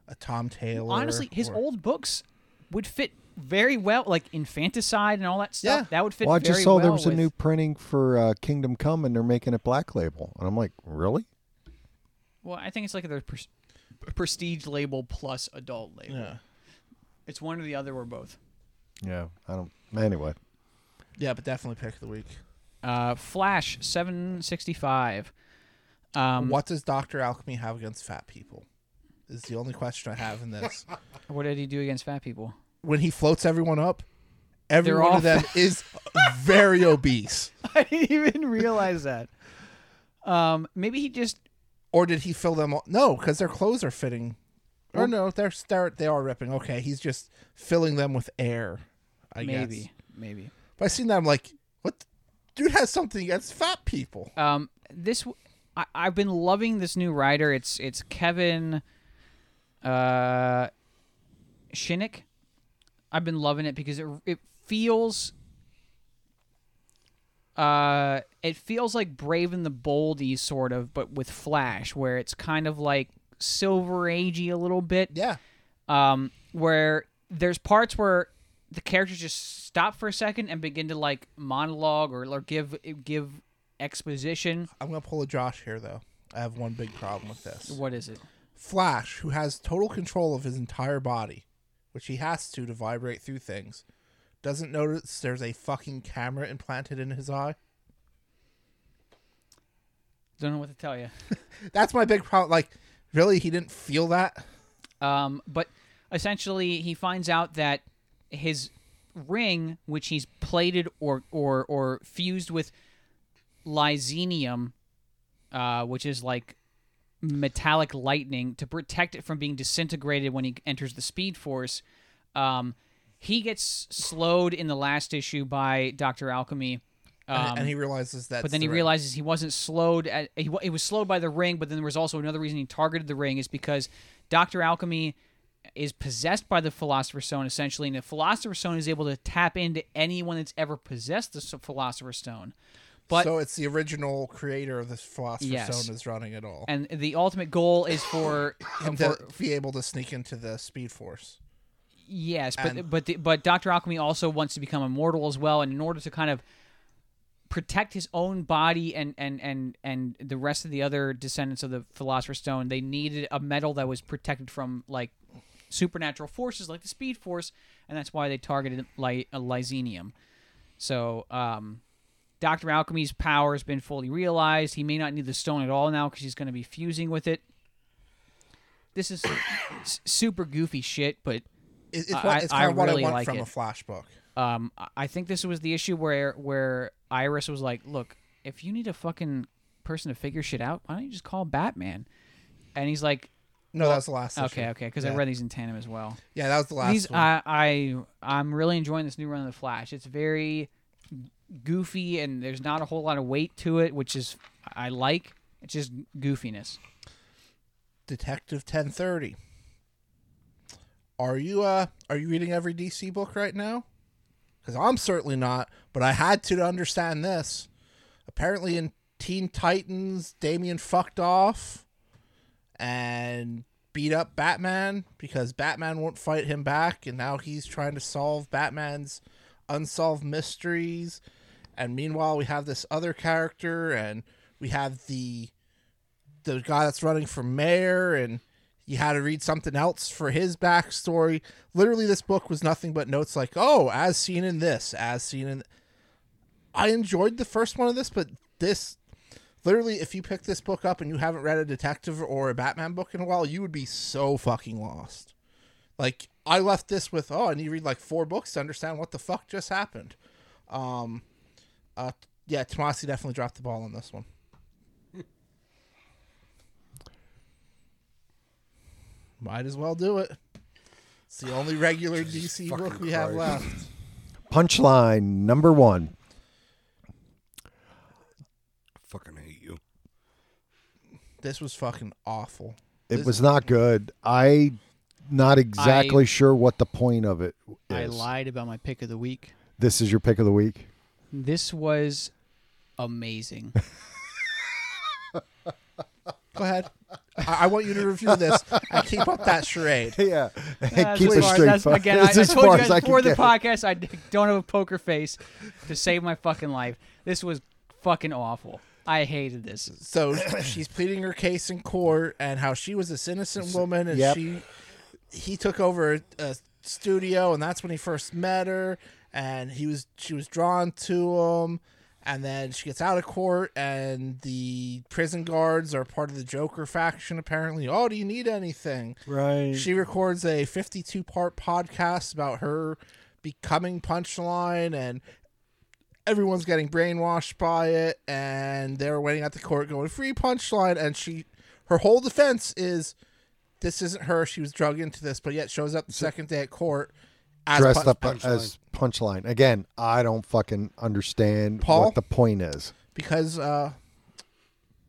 a Tom Taylor. Honestly, his or- old books would fit very well, like infanticide and all that stuff. Yeah. That would fit. Well, I very just saw there well was a with- new printing for uh, Kingdom Come, and they're making it Black Label, and I'm like, really? Well, I think it's like the pres- prestige label plus adult label. Yeah. It's one or the other or both. Yeah, I don't. Anyway, Yeah, but definitely pick of the week. Uh, Flash seven sixty five. Um, what does Doctor Alchemy have against fat people? Is the only question I have in this. What did he do against fat people? when he floats everyone up, every They're one all of them is very obese. I didn't even realize that. Um, maybe he just Or did he fill them all? No, because their clothes are fitting. Or no, they're star- they are ripping. Okay, he's just filling them with air. I maybe guess. maybe. But I seen that I'm like, what? Dude has something against fat people. Um, this w- I, have been loving this new writer. It's it's Kevin, uh, Shinnick. I've been loving it because it it feels. Uh, it feels like Brave and the Boldy sort of, but with Flash, where it's kind of like Silver Agey a little bit. Yeah, um, where there's parts where the characters just stop for a second and begin to like monologue or, or give give exposition. I'm gonna pull a Josh here though. I have one big problem with this. What is it? Flash, who has total control of his entire body, which he has to to vibrate through things, doesn't notice there's a fucking camera implanted in his eye. Don't know what to tell you. That's my big problem. Like, really, he didn't feel that. Um, but essentially, he finds out that his ring, which he's plated or or or fused with lysenium, uh, which is like metallic lightning to protect it from being disintegrated when he enters the Speed Force. Um, he gets slowed in the last issue by Doctor Alchemy. And- Um, and he realizes that. but then he realizes he wasn't slowed. At, he, wa- he was slowed by the ring, but then there was also another reason he targeted the ring is because Doctor Alchemy is possessed by the Philosopher's Stone essentially, and the Philosopher's Stone is able to tap into anyone that's ever possessed the s- Philosopher's Stone. But so it's the original creator of this Philosopher's Yes. Stone is running it all. and the ultimate goal is for Him to be able to sneak into the Speed Force. Yes, but And- but the, but Doctor Alchemy also wants to become immortal as well, and in order to kind of protect his own body and and and and the rest of the other descendants of the Philosopher's Stone, they needed a metal that was protected from like supernatural forces like the Speed Force, and that's why they targeted li- uh, lysenium. So, um, Doctor Alchemy's power has been fully realized. He may not need the stone at all now because he's going to be fusing with it. This is s- super goofy shit, but It- it's I- what, it's I- kind I of what really I want like from it. a Flash book. um, I- I think this was the issue where where Iris was like, "Look, if you need a fucking person to figure shit out, why don't you just call Batman?" And he's like, No, that was the last. "Okay, issue. okay," because I Yeah. read these in tandem as well. Yeah, that was the last. these, one. I, I, I'm really enjoying this new run of the Flash. It's very goofy, and there's not a whole lot of weight to it, which is I like. It's just goofiness. Detective 1030. Are you uh are you reading every DC book right now? Cuz I'm certainly not, but I had to to understand this. Apparently in Teen Titans, Damien fucked off and beat up Batman because Batman won't fight him back and now he's trying to solve Batman's unsolved mysteries And meanwhile, we have this other character, and we have the the guy that's running for mayor, and you had to read something else for his backstory. Literally, this book was nothing but notes like, "Oh, as seen in this, as seen in." I enjoyed the first one of this, but this literally, if you pick this book up and you haven't read a detective or a Batman book in a while, you would be so fucking lost. Like I left this with, oh, I need to read like four books to understand what the fuck just happened. Um, uh, yeah, Tomasi definitely dropped the ball on this one. Might as well do it. It's the only regular DC fucking book we have Christ. left. Punchline number one. Fucking hate you. This was fucking awful. It This- was not good. I not exactly sure what the point of it is. I lied about my pick of the week. This is your pick of the week. This was amazing. Go ahead. I, I want you to review this and keep up that charade. Yeah, That's keep as it far- straight. that's- fuck. Again, I, That's I as told far you as guys I can before the get. podcast, I d- don't have a poker face to save my fucking life. This was fucking awful. I hated this. So she's pleading her case in court and how she was this innocent woman and Yep. she he took over a studio and that's when he first met her and he was she was drawn to him and then she gets out of court and the prison guards are part of the Joker faction apparently. Oh, do you need anything? Right. She records a 52 part podcast about her becoming Punchline, and everyone's getting brainwashed by it. And they're waiting at the court going, Free Punchline. And she, her whole defense is this isn't her. She was drugged into this, but yet shows up the second day at court as Dressed up Punch- as punchline again. I don't fucking understand Paul? what the point is. because, uh,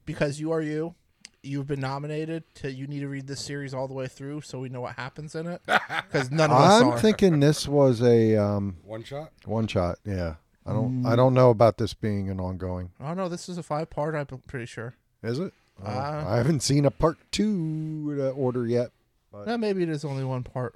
because you are you. You've been nominated to. You need to read this series all the way through, so we know what happens in it. Because none of us I'm are. thinking this was a um, One shot. one shot. Yeah, I don't. I don't know about this being an ongoing. Oh no, this is a five part. I'm pretty sure. Is it? Oh, Uh, I haven't seen a part two to order yet. No, maybe it is only one part.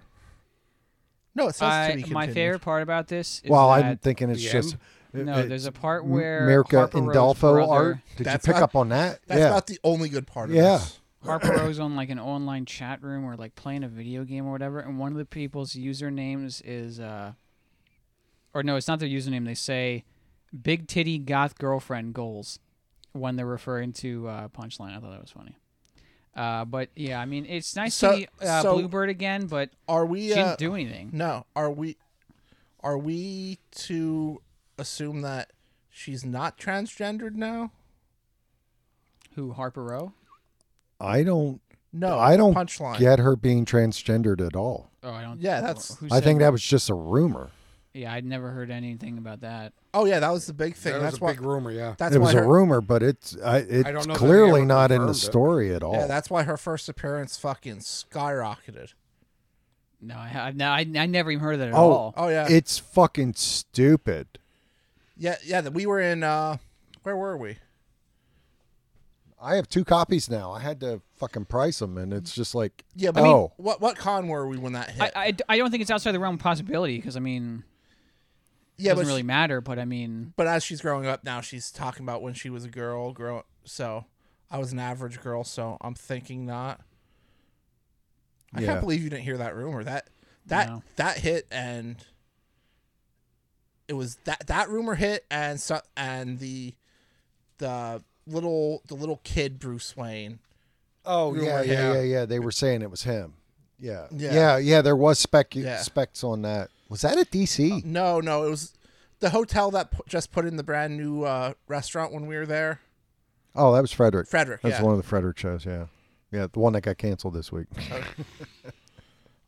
No, it says to be I, continued. my favorite part about this is Well, that I'm thinking it's the just. no, it- there's a part M- where Mirka Harper Rowe's Indolfo art. brother- Did That's you pick not- up on that? That's yeah. not the only good part of Yeah. this. Harper Rowe's on like an online chat room or like playing a video game or whatever, and one of the people's usernames is uh or no, it's not their username, they say Big Titty Goth Girlfriend Goals when they're referring to uh punchline. I thought that was funny. Uh but yeah, I mean it's nice So- to see uh, so- Bluebird again, but Are she we? Uh, didn't do anything. no. Are we? Are we to assume that she's not transgendered now? Who, Harper Rowe? I don't No, I don't punchline. get her being transgendered at all. Oh I don't Yeah, that's- who I said- think that was just a rumor. Yeah, I'd never heard anything about that. Oh yeah, that was the big thing. That was that's a why. big rumor, yeah. that's it why was her, a rumor, but it's I, it's don't know that they clearly ever not in confirmed the it. story at all. Yeah, that's why her first appearance fucking skyrocketed. No, I, I, no, I, I never even heard of that at Oh. all. Oh yeah, it's fucking stupid. yeah, yeah. that We were in. uh Where were we? I have two copies now. I had to fucking price them, and it's just like Yeah, but but oh, what what con were we when that hit? I, I, I don't think it's outside the realm of possibility because I mean, it yeah, doesn't but really matter. But I mean, but as she's growing up now, she's talking about when she was a girl. Girl, so I was an average girl, so I'm thinking not. I Yeah. can't believe you didn't hear that rumor. That that No. that hit and it was that that rumor hit and so, and the the little the little kid Bruce Wayne. oh yeah, rumor, yeah, yeah. yeah, yeah. They were saying it was him. Yeah, Yeah. yeah, yeah. there was spec Yeah. specs on that. Was that at DC? No, no, it was the hotel that pu- just put in the brand new uh, restaurant when we were there. oh, that was Frederick. Frederick, That's yeah. one of the Frederick shows. Yeah, yeah, the one that got canceled this week.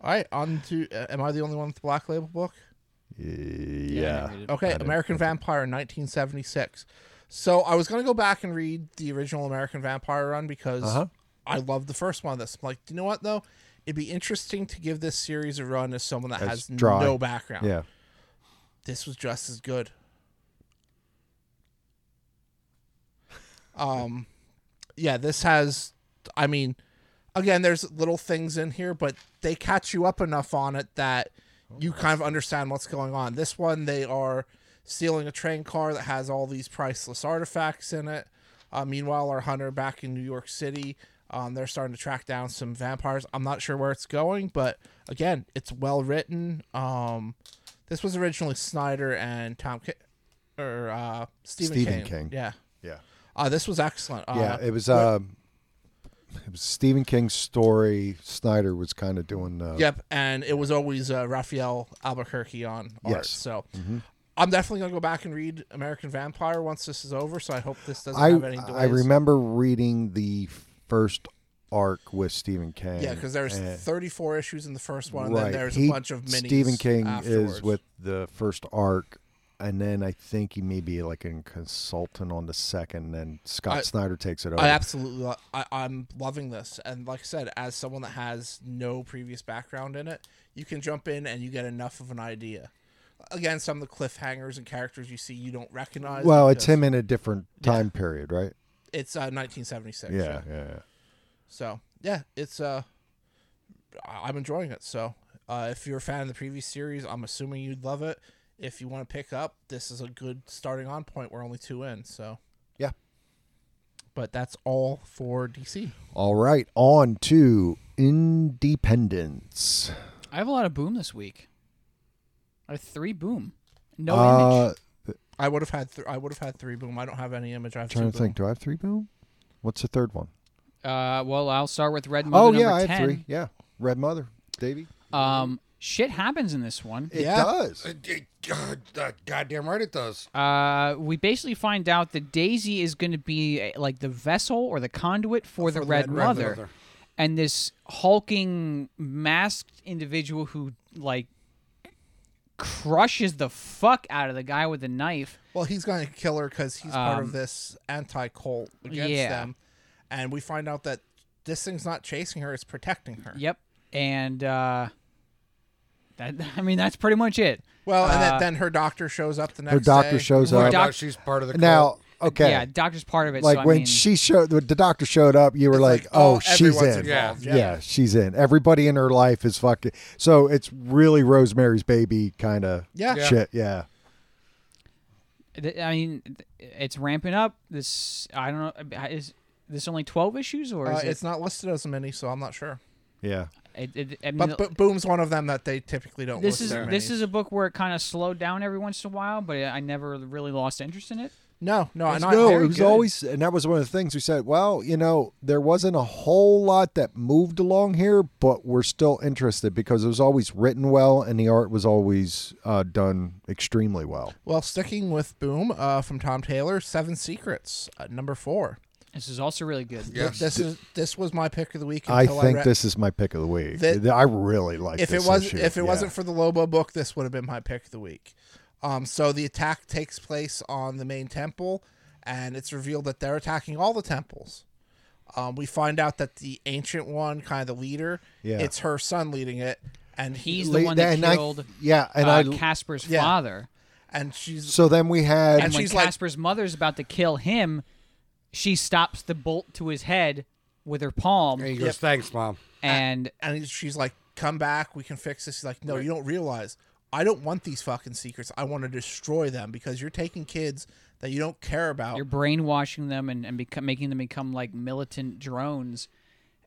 All right, on to uh, am I the only one with the black label book? yeah. Okay, American Vampire in 1976. So I was going to go back and read the original American Vampire run because Uh-huh. I love the first one of this. I'm like, you know what, though? It'd be interesting to give this series a run as someone that As has dry. no background. Yeah. This was just as good. Um, yeah, this has, I mean, again, there's little things in here, but they catch you up enough on it that you kind of understand what's going on. This one, they are stealing a train car that has all these priceless artifacts in it. Uh, meanwhile, our hunter back in New York City, um, they're starting to track down some vampires. I'm not sure where it's going, but again, it's well written. Um, this was originally Snyder and Tom Ki- or uh, Stephen, Stephen King. King. Yeah, Yeah. uh, this was excellent. Uh, Yeah, it was um it was Stephen King's story. Snyder was kind of doing uh, Yep, and it was always uh, Raphael Albuquerque on art. Yes. Mm-hmm. So I'm definitely gonna go back and read American Vampire once this is over. So I hope this doesn't I have any delays. I remember reading the first arc with Stephen King. Yeah, because there's and- 34 issues in the first one, right. and then there's He- a bunch of minis. Stephen King afterwards. is with the first arc, and then I think he may be like a consultant on the second. And then Scott I- Snyder takes it over. I absolutely, lo- I, I'm loving this, and like I said, as someone that has no previous background in it, you can jump in and you get enough of an idea. Again, some of the cliffhangers and characters you see you don't recognize. well, it's because him in a different time period, right? It's uh, 1976. Yeah, yeah. yeah. So yeah, it's uh, I- I'm enjoying it. So uh, if you're a fan of the previous series, I'm assuming you'd love it. If you want to pick up, this is a good starting on point. We're only two in, so Yeah. But that's all for DC. All right, on to Independence. I have a lot of boom this week. I have three boom. No uh, image. I would have had th- I would have had three boom. I don't have any image. I have Trying two to think, do I have three boom? What's the third one? Uh, well, I'll start with Red Mother oh number yeah, I 10. have three. Yeah, Red Mother, Davy. Um, shit happens in this one. It Yeah. does. It- it- God, uh, goddamn right it does. Uh, we basically find out that Daisy is going to be uh, like the vessel or the conduit for, the, Red, Mother, Mother. and this hulking masked individual who like crushes the fuck out of the guy with the knife. Well, he's going to kill her because he's part of this anti cult against yeah. them, and we find out that this thing's not chasing her; it's protecting her. Yep, and uh, that I mean that's pretty much it. Well, and Uh, then, then her doctor shows up the next. Her doctor day. shows Her up. doc- Now she's part of the now, cult. okay. Yeah, doctor's part of it. like so, I when mean, she showed the doctor showed up, you were like, like, "Oh, oh, she's everyone's Uh, in." involved. Yeah. Yeah. she's in. Everybody in her life is fucking. So it's really Rosemary's Baby kind of Yeah. Yeah. shit. Yeah, th- I mean, th- it's ramping up. This I don't know. uh, Is this only twelve issues or Uh, is it's it, not listed as a mini, so I'm not sure. yeah. it, it- I mean, But, but Boom's one of them that they typically don't. this list is as this minis. is a book where it kind of slowed down every once in a while, but I never really lost interest in it. no, no, and I, no, very it was good. always, and that was one of the things we said. Well, you know, there wasn't a whole lot that moved along here, but we're still interested because it was always written well, and the art was always uh, done extremely well. Well, sticking with Boom uh, from Tom Taylor, Seven Secrets, uh, number four. This is also really good. Yes. This is this was my pick of the week. I Until I, think read- this is my pick of the week. That- I really like. If it this was issue. if it Yeah. wasn't for the Lobo book, this would have been my pick of the week. Um, so the attack takes place on the main temple, and it's revealed that they're attacking all the temples. Um, we find out that the ancient one, kind of the leader, Yeah. it's her son leading it, and he He's Late- the one that and I- killed yeah, and uh, I Casper's yeah. father. and she's So then we had And, And when she's like- Casper's mother's about to kill him, she stops the bolt to his head with her palm, And he goes, thanks, mom. and and he's- she's like, "Come back, we can fix this." He's like, "No, you don't realize. I don't want these fucking secrets. I want to destroy them because you're taking kids that you don't care about." you're brainwashing them and, and become, making them become like militant drones.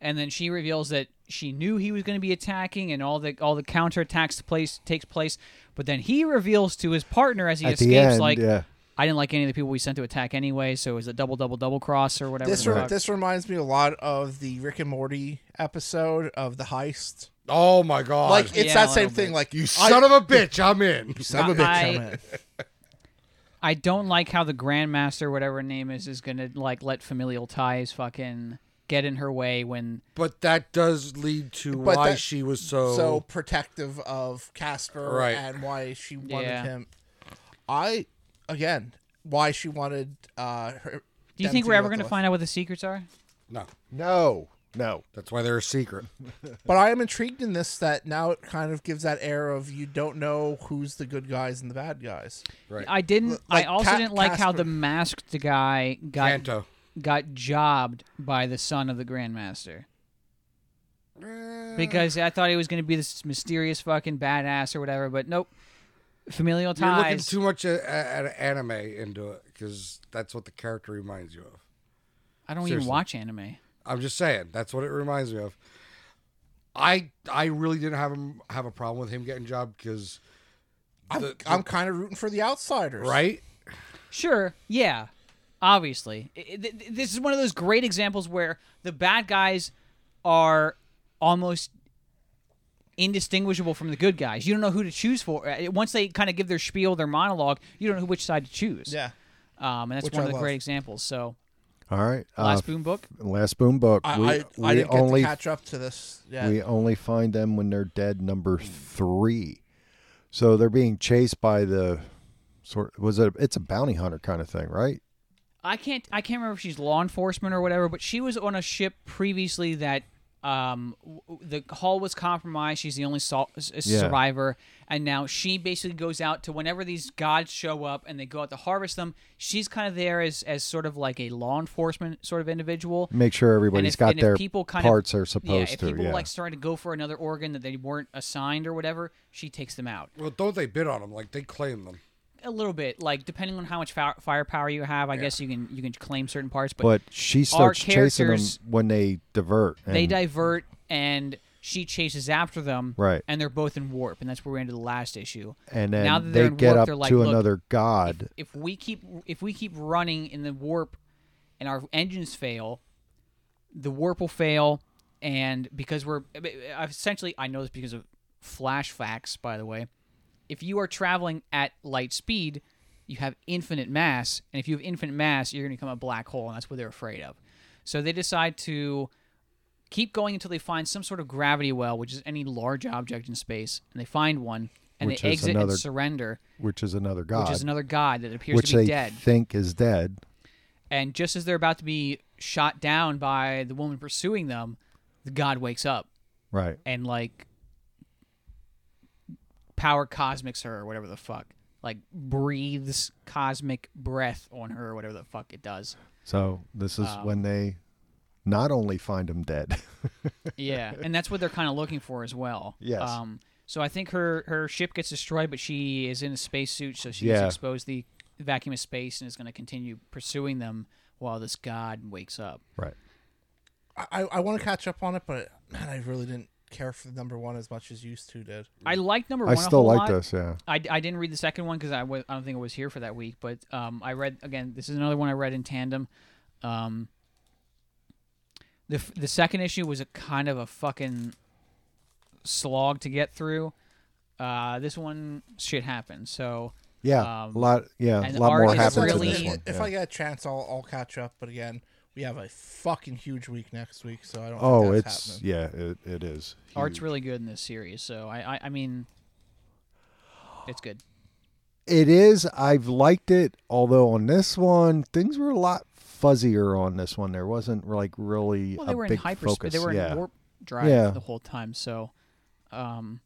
And then she reveals that she knew he was going to be attacking, and all the all the counterattacks place takes place. But then he reveals to his partner as he at escapes, the end, like, yeah, I didn't like any of the people we sent to attack anyway, so it was a double double double cross or whatever. This the re- fuck. this reminds me a lot of the Rick and Morty episode of the heist. Oh my god. Like it's Yeah, a that little same thing. bit. Like you son of a bitch, I'm in. son of a bitch. I- I'm in. I don't like how the Grandmaster, whatever her name is, is gonna like let familial ties fucking get in her way when But that does lead to But why that- she was so. so protective of Casper Oh. Right. and why she wanted Yeah. him. I again why she wanted uh her. Do you them think to we're go ever with gonna the- find out what the secrets are? no, no, no, that's why they're a secret. But I am intrigued in this that now it kind of gives that air of you don't know who's the good guys and the bad guys. Right. I didn't. I Like also Ca- didn't like how Casper. the masked guy got Kanto. got jobbed by the son of the Grandmaster because I thought he was gonna be this mysterious fucking badass or whatever, but nope. familial You're looking ties. too much at, at anime into it because that's what the character reminds you of. I don't even seriously. watch anime. I'm just saying that's what it reminds me of. I I really didn't have him have a problem with him getting job because I'm, I'm kind of rooting for the outsiders. right Sure. Yeah. Obviously. I- I- th- th- This is one of those great examples where the bad guys are almost indistinguishable from the good guys. You don't know who to choose for. Uh, Once they kind of give their spiel, their monologue, you don't know which side to choose. Yeah. Um, and that's Which one I of the love. great examples. So, All right. Uh, Last Boom Book. last boom book. I, we I, I we didn't get only to catch up to this. Yeah. We only find them when they're dead. Number three, so they're being chased by the sort. Was it? It's a bounty hunter kind of thing, right? I can't I can't remember if she's law enforcement or whatever, but she was on a ship previously that um w- w- the hull was compromised. She's the only sol- s- s- Yeah. survivor, and now she basically goes out to whenever these gods show up and they go out to harvest them. She's kind of there as as sort of like a law enforcement sort of individual. Make sure everybody's if- got and if their people kind of- parts are Yeah, supposed if to. people yeah. like started to go for another organ that they weren't assigned or whatever, she takes them out well don't they bid on him like they claim them a little bit. Like depending on how much fi- firepower you have, I guess you can you can claim certain parts, but she starts chasing them characters- when they divert. they and- divert and she chases after them Right. and they're both in warp and that's where we ended the last issue and then now that they're they in get warp, up they're like, to "Look, another god. if we keep if we keep running in the warp and our engines fail the warp will fail and because we're essentially i know this because of flash facts by the way if you are traveling at light speed you have infinite mass and if you have infinite mass you're going to become a black hole and that's what they're afraid of so they decide to keep going until they find some sort of gravity well which is any large object in space and they find one and Which they is exit another- and surrender which is another god, which is another god that appears Uh, which to be they dead. think is dead. And just as they're about to be shot down by the woman pursuing them, the god wakes up Right. and like power cosmics her or whatever the fuck. Like breathes cosmic breath on her or whatever the fuck it does. So this is Um, when they not only find him dead. Yeah, and that's what they're kind of looking for as well. Yes. Um, so I think her her ship gets destroyed, but she is in a spacesuit, so she's Yeah. exposed to the vacuum of space and is going to continue pursuing them while this god wakes up. right. I, I want to catch up on it, but man, I really didn't care for the number one as much as used to did. I liked number I one. a still whole like lot. this. Yeah. I, I didn't read the second one because I w- I don't think I was here for that week. But um, I read again. This is another one I read in tandem. Um, the f- the second issue was a kind of a fucking slog to get through. Uh, this one shit happened. So Yeah. Um, a lot. Yeah. and A the lot art more is happens really- in this one. If yeah. I get a chance, I'll, I'll catch up. But again, we have a fucking huge week next week, so I don't. oh, think that's it's happening. yeah. It, it is. art's huge. really good in this series. So I I, I mean, it's good. It is. I've liked it. Although on this one, things were a lot fuzzier on this one. There wasn't like really Well, they a were in big hyperspace. focus. They were yeah. in warp drive Yeah. the whole time. So, um,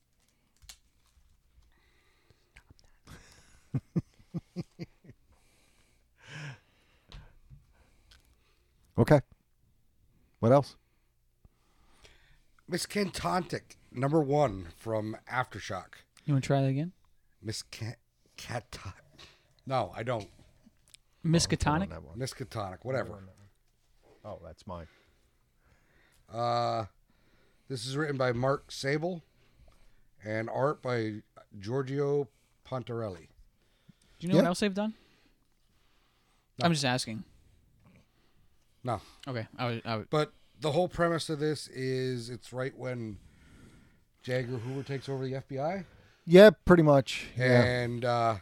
Okay. What else? Miss Cantantic number one from Aftershock you want to try that again? Miss Can- Cata- no I don't Miskatonic. That one. Miss Catonic whatever Oh, that's mine. uh this is written by Mark Sable and art by Giorgio Pontarelli Do you know Yeah. what else they've done? I'm just asking. no Okay, I would, I would, But the whole premise of this is it's right when Jagger Hoover takes over the FBI, Yeah, pretty much. Yeah. and uh,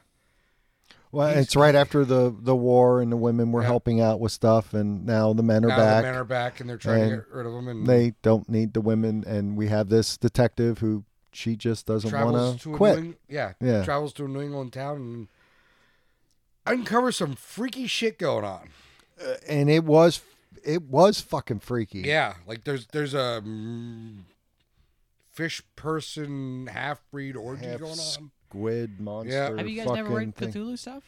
Well, it's right after the the war, and the women were helping out with stuff, and now the men are now back. the men are back, and they're trying to and get rid of them, and They don't need the women, and we have this detective who she just doesn't travels want to a to New quit. Eng- yeah, Yeah. travels to a New England town and uncovers some freaky shit going on. Uh, And it was it was fucking freaky. Yeah, like there's there's a mm, fish person half breed orgy Half going on. squid monster. have you guys fucking never read thing. Cthulhu stuff?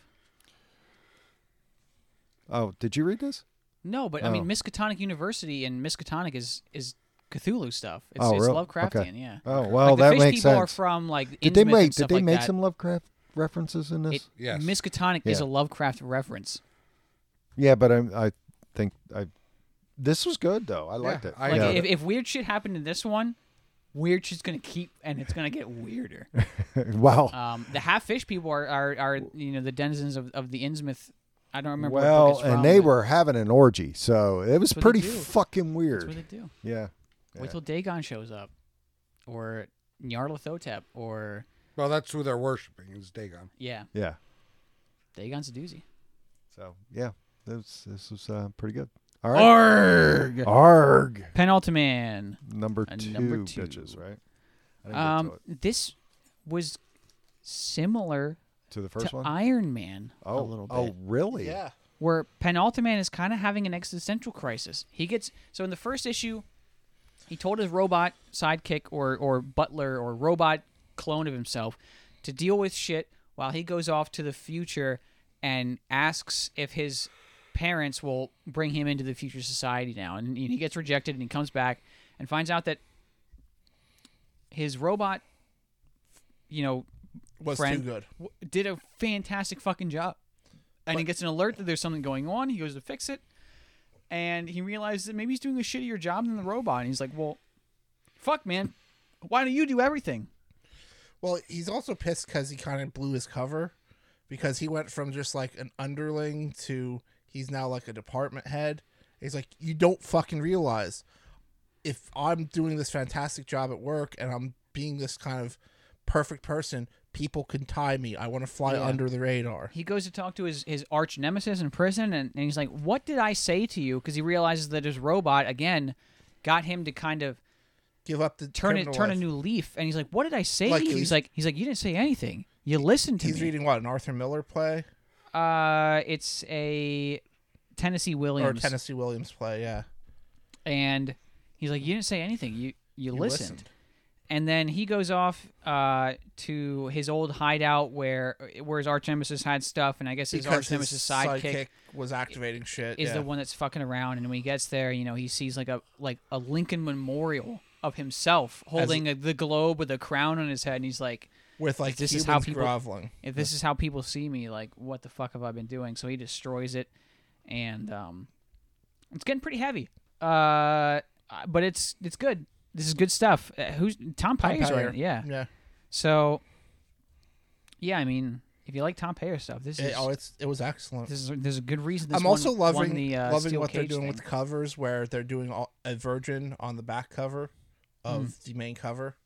Oh, did you read this? No, but I Oh. mean, Miskatonic University and Miskatonic is is Cthulhu stuff. It's, Oh, it's real- Lovecraftian, okay. yeah. Oh like, well, the that fish makes people are sense. from like did Innsmouth they and make stuff Did they like make that. some Lovecraft references in this? It, Yes. Miskatonic is a Yeah. Lovecraft reference. yeah, but I, I think I this was good though. I liked it. I Like Yeah. if, if weird shit happened in this one, weird shit's gonna keep and it's gonna get weirder. wow. Um, the half fish people are, are are you know the denizens of, of the Innsmouth. I don't remember. what book well, it's from, and they but were having an orgy, so it was That's what they pretty do. fucking weird. That's what they do. yeah. Wait till Dagon shows up, or Nyarlathotep, or Well, that's who they're worshiping is Dagon. yeah, Yeah. Dagon's a doozy. So yeah, this this was uh, pretty good. All right. Arg. Arg. Penultiman. Number And two, number two. bitches, right? I didn't Um, get to, it. this was similar to the first to one. Iron Man oh, a little bit. oh, really? Yeah. where Penultiman is kind of having an existential crisis. He gets so in the first issue, he told his robot sidekick or or butler or robot clone of himself to deal with shit while he goes off to the future and asks if his parents will bring him into the future society now. And he gets rejected and he comes back and finds out that his robot, you know, Was friend too good. w- did a fantastic fucking job. And he gets an alert that there's something going on. He goes to fix it, and he realizes that maybe he's doing a shittier job than the robot. And he's like, "Well, fuck, man, why don't you do everything?" Well, he's also pissed because he kind of blew his cover because he went from just like an underling to he's now like a department head. He's like, you don't fucking realize if I'm doing this fantastic job at work and I'm being this kind of perfect person, people can tie me. I want to fly under the radar. He goes to talk to his his arch nemesis in prison, and, and he's like, "What did I say to you?" Because he realizes that his robot again got him to kind of Give up the turn it criminal turn a life. new leaf. And he's like, "What did I say Like to you?" He's, he's- like, "He's like, you didn't say anything. You listened to He's me." reading what an Arthur Miller play uh, it's a Tennessee or Williams. Tennessee Williams play. Yeah, and he's like, "You didn't say anything. You you, You listened. listened. And then he goes off uh, to his old hideout where where his arch nemesis had stuff, and I guess his arch nemesis sidekick, was activating shit. is yeah. the one that's fucking around. And when he gets there, you know, he sees like a like a Lincoln memorial of himself holding a, the globe with a crown on his head, and he's like, with like this this is is how people- groveling. if this is how people see me, like what the fuck have I been doing? So he destroys it, and um, it's getting pretty heavy. Uh, but it's it's good. This is good stuff. Uh, who's Tom Payer's Empire. right? Yeah. yeah. So, yeah, I mean, if you like Tom Payer stuff, this is It, oh, it's it was excellent. this is there's a good reason. This I'm also one won loving the, uh, loving Steel what they're Cage doing thing. with covers, where they're doing all, a virgin on the back cover of Hmm. the main cover.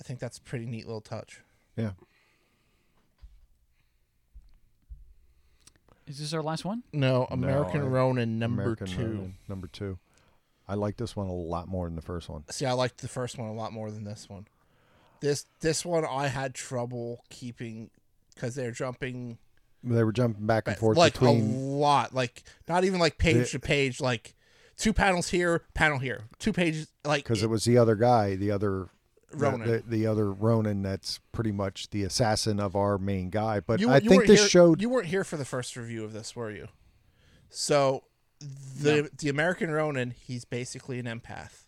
I think that's a pretty neat little touch. Yeah. Is this our last one? No, American I- Ronin number American two. Ronin, number two. I like this one a lot more than the first one. See, I liked the first one a lot more than this one. This this one I had trouble keeping because they're jumping They were jumping back and forth like between a lot, like not even like page to page, like two panels here, panel here, two pages, like because it was the other guy, the other the- Ronin. the, the other Ronin that's pretty much the assassin of our main guy. But You, I you think weren't this here, showed you weren't here for the first review of this, were you? So the the American Ronin, he's basically an empath.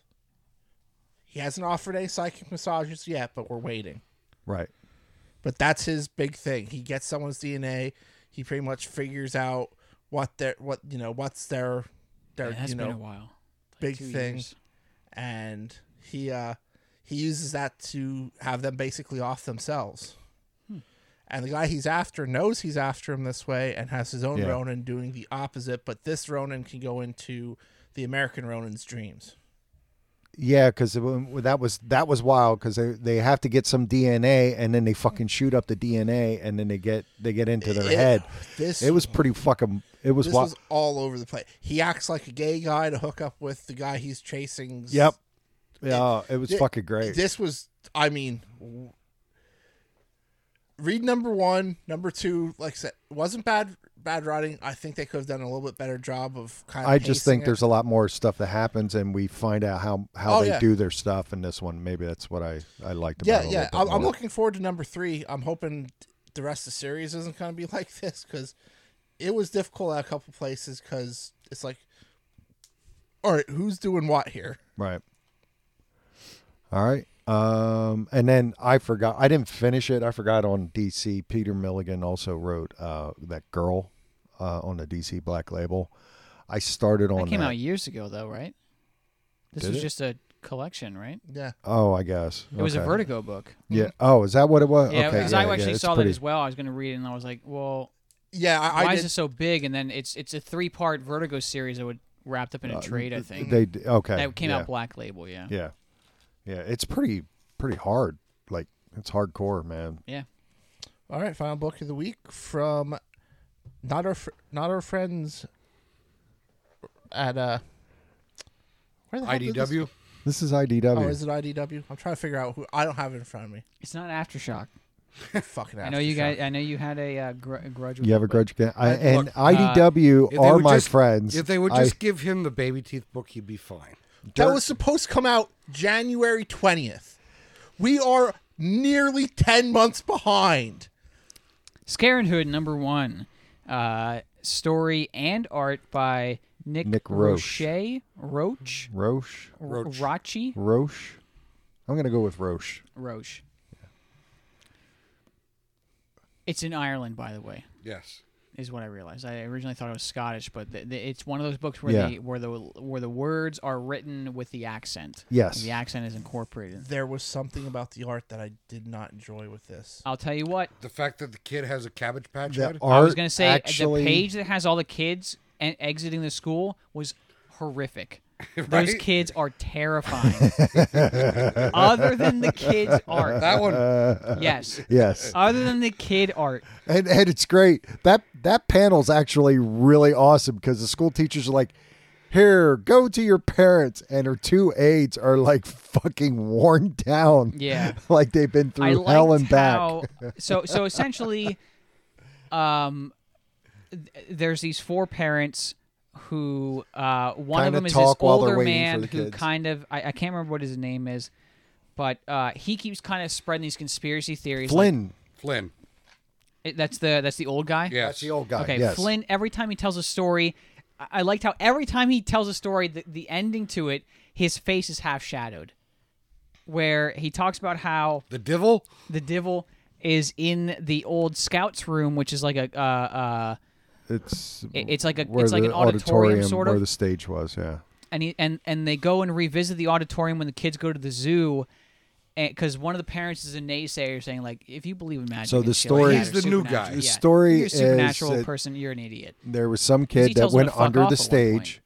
He hasn't offered any psychic massages yet, but we're waiting. right. But that's his big thing. He gets someone's DNA. He pretty much figures out what their what you know what's their their It has you been know a while. Like big two thing. years. and he uh he uses that to have them basically off themselves. And the guy he's after knows he's after him this way and has his own Yeah. Ronin doing the opposite, but this Ronin can go into the American Ronin's dreams. Yeah, because that was that was wild because they, they have to get some DNA and then they fucking shoot up the DNA and then they get they get into their It- head. This It was pretty fucking. It was this wild. was all over the place. He acts like a gay guy to hook up with the guy he's chasing. Yep. Yeah, it, was thi- fucking great. This was, I mean, w- read number one, number two. Like I said, wasn't bad. Bad writing. I think they could have done a little bit better job of kind of. I just pacing think it. there's a lot more stuff that happens, and we find out how how Oh, they yeah. do their stuff in this one. Maybe that's what I I liked. Yeah, about it a yeah. little bit I'm, I'm more. looking forward to number three. I'm hoping the rest of the series isn't going to be like this because it was difficult at a couple places because it's like, all right, who's doing what here? Right. All right. Um, and then I forgot. I didn't finish it. I forgot on DC. Peter Milligan also wrote uh, that girl uh, on the DC Black Label. I started on That came that. out years ago, though, right? This Did was it? just a collection, right? Yeah. Oh, I guess It was a Okay. Vertigo book. Yeah. Oh, is that what it was? Yeah, okay. because yeah, I yeah, actually it's saw that pretty- as well. I was going to read it, and I was like, "Well, Yeah, I, why I is did. it so big?" And then it's it's a three part Vertigo series that would wrapped up in a trade. I think Uh, They d- okay. that came yeah. out Black Label. Yeah. Yeah, yeah. It's pretty pretty hard. Like it's hardcore, man. Yeah. All right, final book of the week from not our fr- not our friends at uh where the hell did this- IDW. This is IDW. Oh, is it IDW? I'm trying to figure out who. I don't have it in front of me. It's not aftershock. Fucking. I know you aftershock. guys. I know you had a uh, gr- grudge. with you have it, a but- grudge against I, and look, uh, IDW If they are would my just- friends. If they would I- just give him the baby teeth book, he'd be fine. That was supposed to come out January 20th. We are nearly 10 months behind. Scarin Hood number one, uh, story and art by Nick, Nick Roche. Roche, Roche, Roche, Roche. Rachi, Roche. I'm gonna go with Roche. Roche. It's in Ireland, by the way, Yes. is what I realized. I originally thought it was Scottish, but th th it's one of those books where Yeah. the where the where the words are written with the accent. Yes. the accent is incorporated. There was something about the art that I did not enjoy with this. I'll tell you what. The fact that the kid has a cabbage patch The head. I art was gonna say uh, actually, the page that has all the kids and exiting the school was horrific. Those Right? kids are terrifying. Other than the kids' art, That uh, one. yes. Yes, Other than the kid art, and and it's great. That that panel's actually really awesome because the school teachers are like, "Here, go to your parents," and her two aides are like fucking worn down. Yeah. like they've been I through liked hell and back. how. So so essentially, um, th- there's these four parents who uh one of Kinda them is this talk while they're older waiting for man the who kids. kind of I, I can't remember what his name is, but uh he keeps kind of spreading these conspiracy theories. like- Flynn, Flynn. It- That's the that's the old guy. Yes. that's the old guy. Okay, yes. Flynn. Every time he tells a story, I, I liked how every time he tells a story, the, the ending to it, his face is half shadowed, where he talks about how The devil. the Divil is in the old scouts room, which is like a uh, uh, It's it- it's like a where it's like the an auditorium, sort where of, the stage was. Yeah, and he and and they go and revisit the auditorium when the kids go to the zoo. Because one of the parents is a naysayer, saying like, "If you believe in magic, So and the shit like story- that, He's or the new supernatural- guy. yeah. The story you're a supernatural is that- person. You're an idiot. there was some he kid that tells them went to fuck under off the at one point. stage.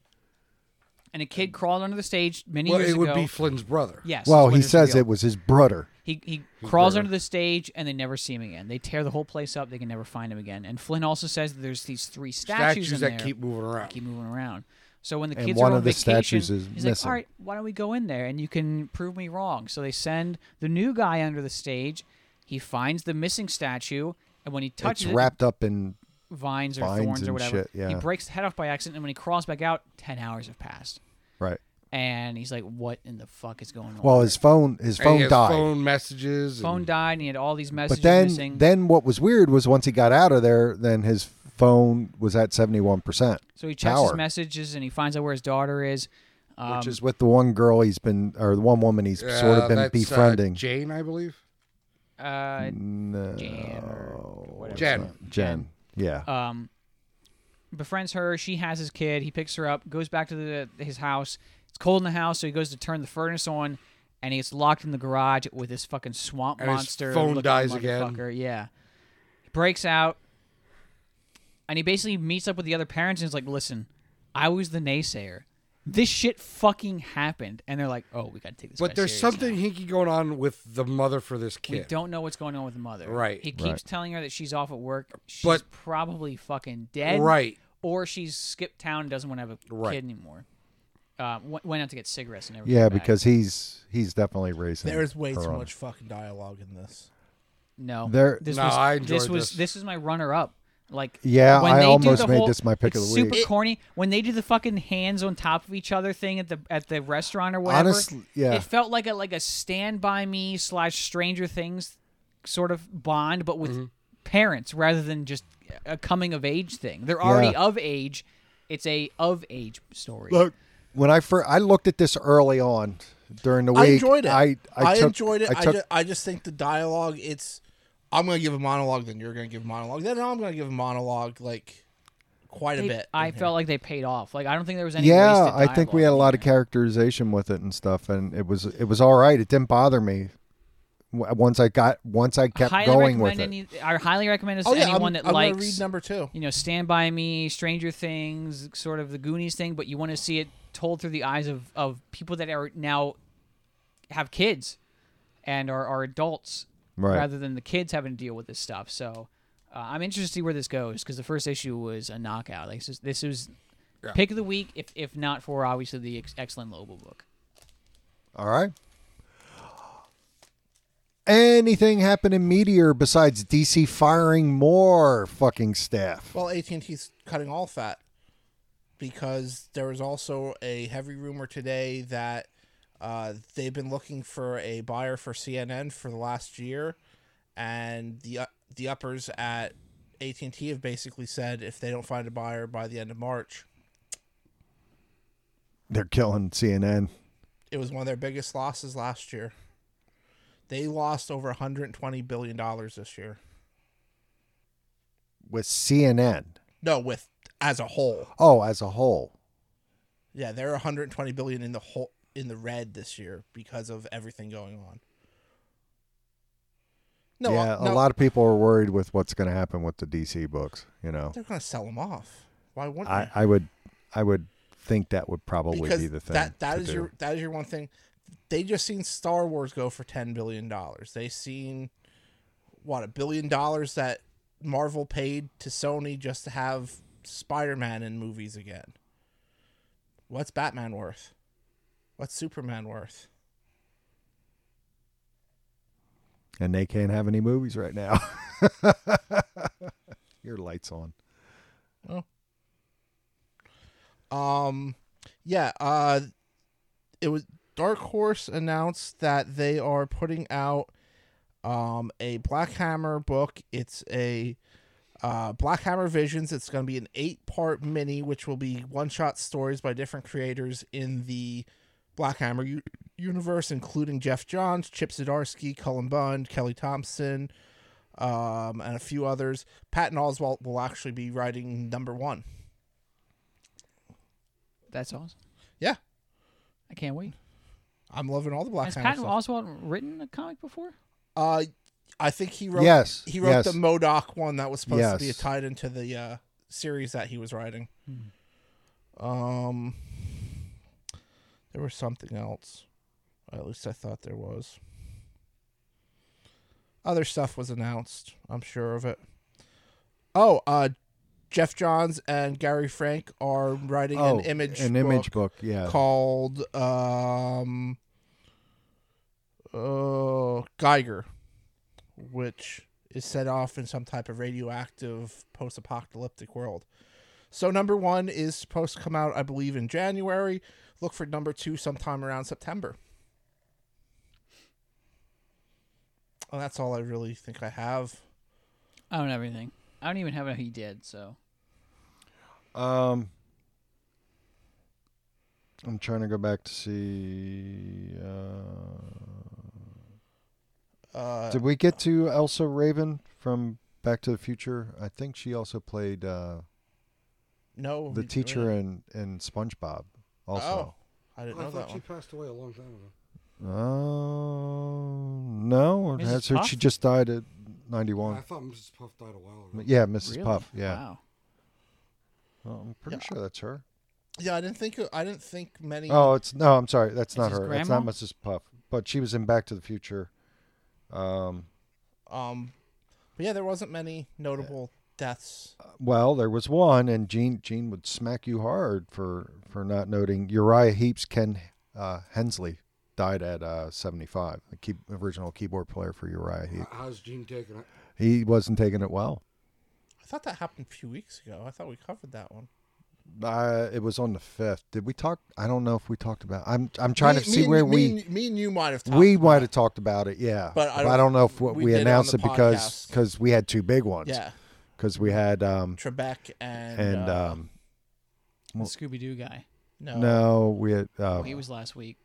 and a kid crawled under the stage many Well, years it would ago. be Flynn's brother. yes. is Well, what he it's says revealed. it was his brother. He he crawls under the stage and they never see him again. They tear the whole place up. They can never find him again. And Flynn also says that there's these three statues, Statues, in that there keep moving around. keep moving around. So when the And kids one are on of the vacation, statues is he's like, missing. "All right, why don't we go in there and you can prove me wrong?" So they send the new guy under the stage. He finds the missing statue, and when he touches it's it, wrapped up in vines or vines thorns or and whatever, shit, yeah. he breaks the head off by accident. And when he crawls back out, ten hours have passed, right. and he's like, "What in the fuck is going on?" Well, his phone his And he phone has died. Phone messages. and- phone died and he had all these messages but then missing. then what was weird was once he got out of there, then his phone was at seventy one percent, so he checks power. his messages and he finds out where his daughter is. Um, which is with the one girl he's been or the one woman he's sort Uh, of been that's, uh, befriending. Jane, I believe. uh, no, Jan or whatever. Jen. Jen. Yeah. Uh, Um, befriends her. She has his kid. He picks her up. Goes back to the his house. It's cold in the house, so he goes to turn the furnace on, and he gets locked in the garage with this fucking swamp And his monster. phone looking dies again. motherfucker. Yeah, he breaks out, and he basically meets up with the other parents and is like, "Listen, I was the naysayer." This shit fucking happened, and they're like, "Oh, we gotta take this." guy But there's serious something now." hinky going on with the mother for this kid. We don't know what's going on with the mother. Right. He keeps Right. telling her that she's off at work. She's But- probably fucking dead. Right. Or she's skipped town and doesn't want to have a Right. kid anymore. Uh, w- went out to get cigarettes and everything. Yeah, because he's he's definitely raising. There is way her too on. much fucking dialogue in this. no, There- This No, was I this enjoyed was this. is my runner-up. Like Yeah, when I they do almost the made whole- this my pick of it's the week. Super corny when they do the fucking hands on top of each other thing at the at the restaurant or whatever. Honestly, yeah. it felt like a like a Stand By Me slash Stranger Things sort of bond, but with Mm-hmm. parents rather than just a coming of age thing. They're already Yeah. of age. It's a of age story. Look, when I first I looked at this early on, during the week. I enjoyed it. I, I, took- enjoyed it. I I, took ju- I just think the dialogue. It's I'm gonna give a monologue, then you're gonna give a monologue, then I'm gonna give a monologue like quite a They- bit. I in here. felt like they paid off. Like I don't think there was any. Mm-hmm. yeah wasted i think we had a dialogue. lot of characterization with it and stuff and it was it was all right it didn't bother me w- once i got once i kept highly going with recommend it any- I highly recommend this Oh to yeah, anyone I'm, that I'm likes. gonna read number two. you know, Stand By Me, Stranger Things, sort of the Goonies thing, but you want to see it told through the eyes of, of people that are now have kids and are, are adults Right. rather than the kids having to deal with this stuff. So uh, I'm interested to see where this goes because the first issue was a knockout. Like, this is, this is Yeah. pick of the week, if, if not for obviously the ex- excellent Lobo book. all right anything happen in meteor besides dc firing more fucking staff Well, AT&T's cutting all fat because there was also a heavy rumor today that uh, they've been looking for a buyer for CNN for the last year, and the u- the uppers at AT&T have basically said if they don't find a buyer by the end of March, they're killing cnn it was one of their biggest losses last year. They lost over 120 billion dollars this year. with cnn No, with as a whole. oh as a whole Yeah, they're 120 billion in the whole in the red this year because of everything going on. No, uh, yeah no, a lot of people are worried with what's going to happen with the dc books you know They're going to sell them off. Why wouldn't i they? i would i would think that would probably Because be the thing that that to is do. your that is your one thing. They just seen Star Wars go for 10 billion dollars. They seen what a billion dollars that Marvel paid to Sony just to have Spider-Man in movies again. What's Batman worth? What's Superman worth? and they can't have any movies right now. Your lights on. Um, yeah. Uh, it was Dark Horse announced that they are putting out um a Black Hammer book. It's a uh, Black Hammer Visions. It's going to be an eight-part mini, which will be one-shot stories by different creators in the Black Hammer u- universe, including Jeff Johns, Chip Zdarsky, Cullen Bund, Kelly Thompson, um, and a few others. Patton Oswalt will actually be writing number one. That's awesome. Yeah, I can't wait. I'm loving all the Black Has Hammer Patton stuff. Oswalt written a comic before? Uh, I think he wrote. Yes, he wrote yes. the Modoc one that was supposed to be Yes. tied into the uh, series that he was writing. Um, there was something else. At least I thought there was. Other stuff was announced. I'm sure of it. Oh, uh, Jeff Johns and Gary Frank are writing oh, an image an image book. Yeah, called um uh Geiger, which is set off in some type of radioactive post-apocalyptic world. So number one is supposed to come out, I believe, in January. Look for number two sometime around September. And that's all I really think I have. I don't have anything. I don't even have a he did, so. Um, I'm trying to go back to see. Uh, Uh, did we get to Elsa Raven from Back to the Future? I think she also played uh, no, the Oh, we- teacher in in SpongeBob. Also, Oh, I didn't I know that thought she one. passed away a long time ago. oh. no, Mrs. that's her. Puff? She just died at I 91. thought Mrs. Puff died a while ago. Yeah, Mrs. Really? Puff. Yeah, Wow. Well, I'm pretty Yeah. sure that's her. Yeah, I didn't think I didn't think many. Oh, it's no. I'm sorry. That's It's not his her. It's not grandma? Mrs. Puff. But she was in Back to the Future. Um, Um, but yeah, there wasn't many notable deaths. well, there was one, and Gene Gene would smack you hard for for not noting Uriah Heep's Ken uh, Hensley died at uh, 75. The key, original keyboard player for Uriah Heep. H- How's Gene taking it? He wasn't taking it well. I thought that happened a few weeks ago. I thought we covered that one. Uh, it was on the fifth. Did we talk? I don't know if we talked about. I'm I'm trying Me- to see me, where and- we. me, and- me and you might have talked. we about might it. have talked about it, yeah. But I don't- know if what we we, did it on announced the it because podcast. because we had two big ones. Yeah, because we had um Trebek and and uh, um The Scooby Doo guy. no, no we had uh, Oh, he was last week.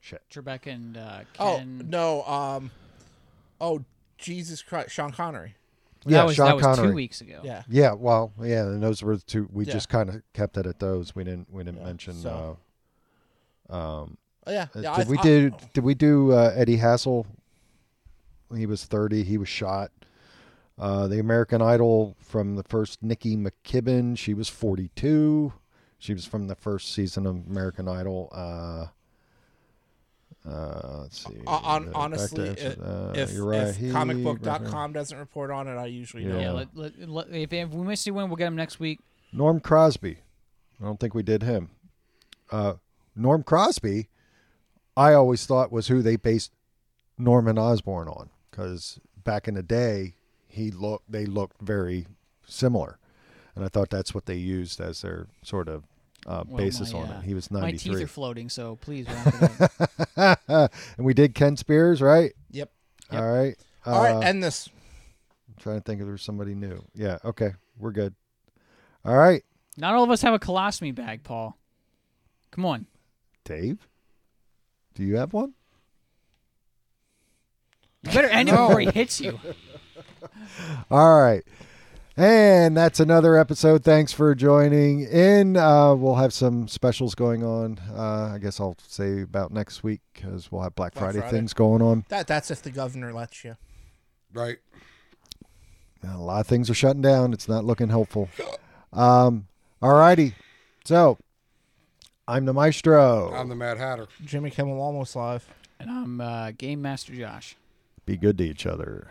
Shit. Trebek and uh, Ken. Oh no, um, oh Jesus Christ, Sean Connery. that yeah, was Sean that was Connery. two e- weeks ago. Yeah, Yeah, well, yeah, and those were the two. We Yeah. just kind of kept it at those. We didn't. We didn't mention. so- uh, oh, yeah. Uh, yeah did I- Oh. we I- do did we do uh, Eddie Hassel? He was thirty. He was shot. Uh, the American Idol from the first Nikki McKibben. She was forty two. She was from the first season of American Idol. Uh, uh, let's see. Uh, on- Back to honestly, answer- i- uh, If, you're right. if He- comicbook.com doesn't report on it, I usually Yeah. don't. Yeah, let- let- let- if, if we miss you one, we'll get him next week. Norm Crosby. I don't think we did him. Uh, Norm Crosby, I always thought was who they based Norman Osborn on because back in the day, he looked they looked very similar, and I thought that's what they used as their sort of uh, Well, basis my, on uh, it. He was My ninety teeth three, are floating, so please. we're not gonna- and we did Ken Spears, right? Yep. All right, All Uh, right, end this. I'm trying to think if there was somebody new. Yeah, okay, we're good. All right, Not all of us have a colostomy bag, Paul. Come on. Dave, do you have one? You better end it before he hits you. All right. And that's another episode. Thanks for joining in. Uh, we'll have some specials going on. Uh, I guess I'll say about next week because we'll have Black, Black Friday, Friday. things going on. That that's if the governor lets you. Right. A lot of things are shutting down. It's not looking helpful. Um, all righty. So I'm the Oh. maestro. I'm the Mad Hatter. Jimmy Kimmel almost live. And I'm uh, Game Master Josh. Be good to each other.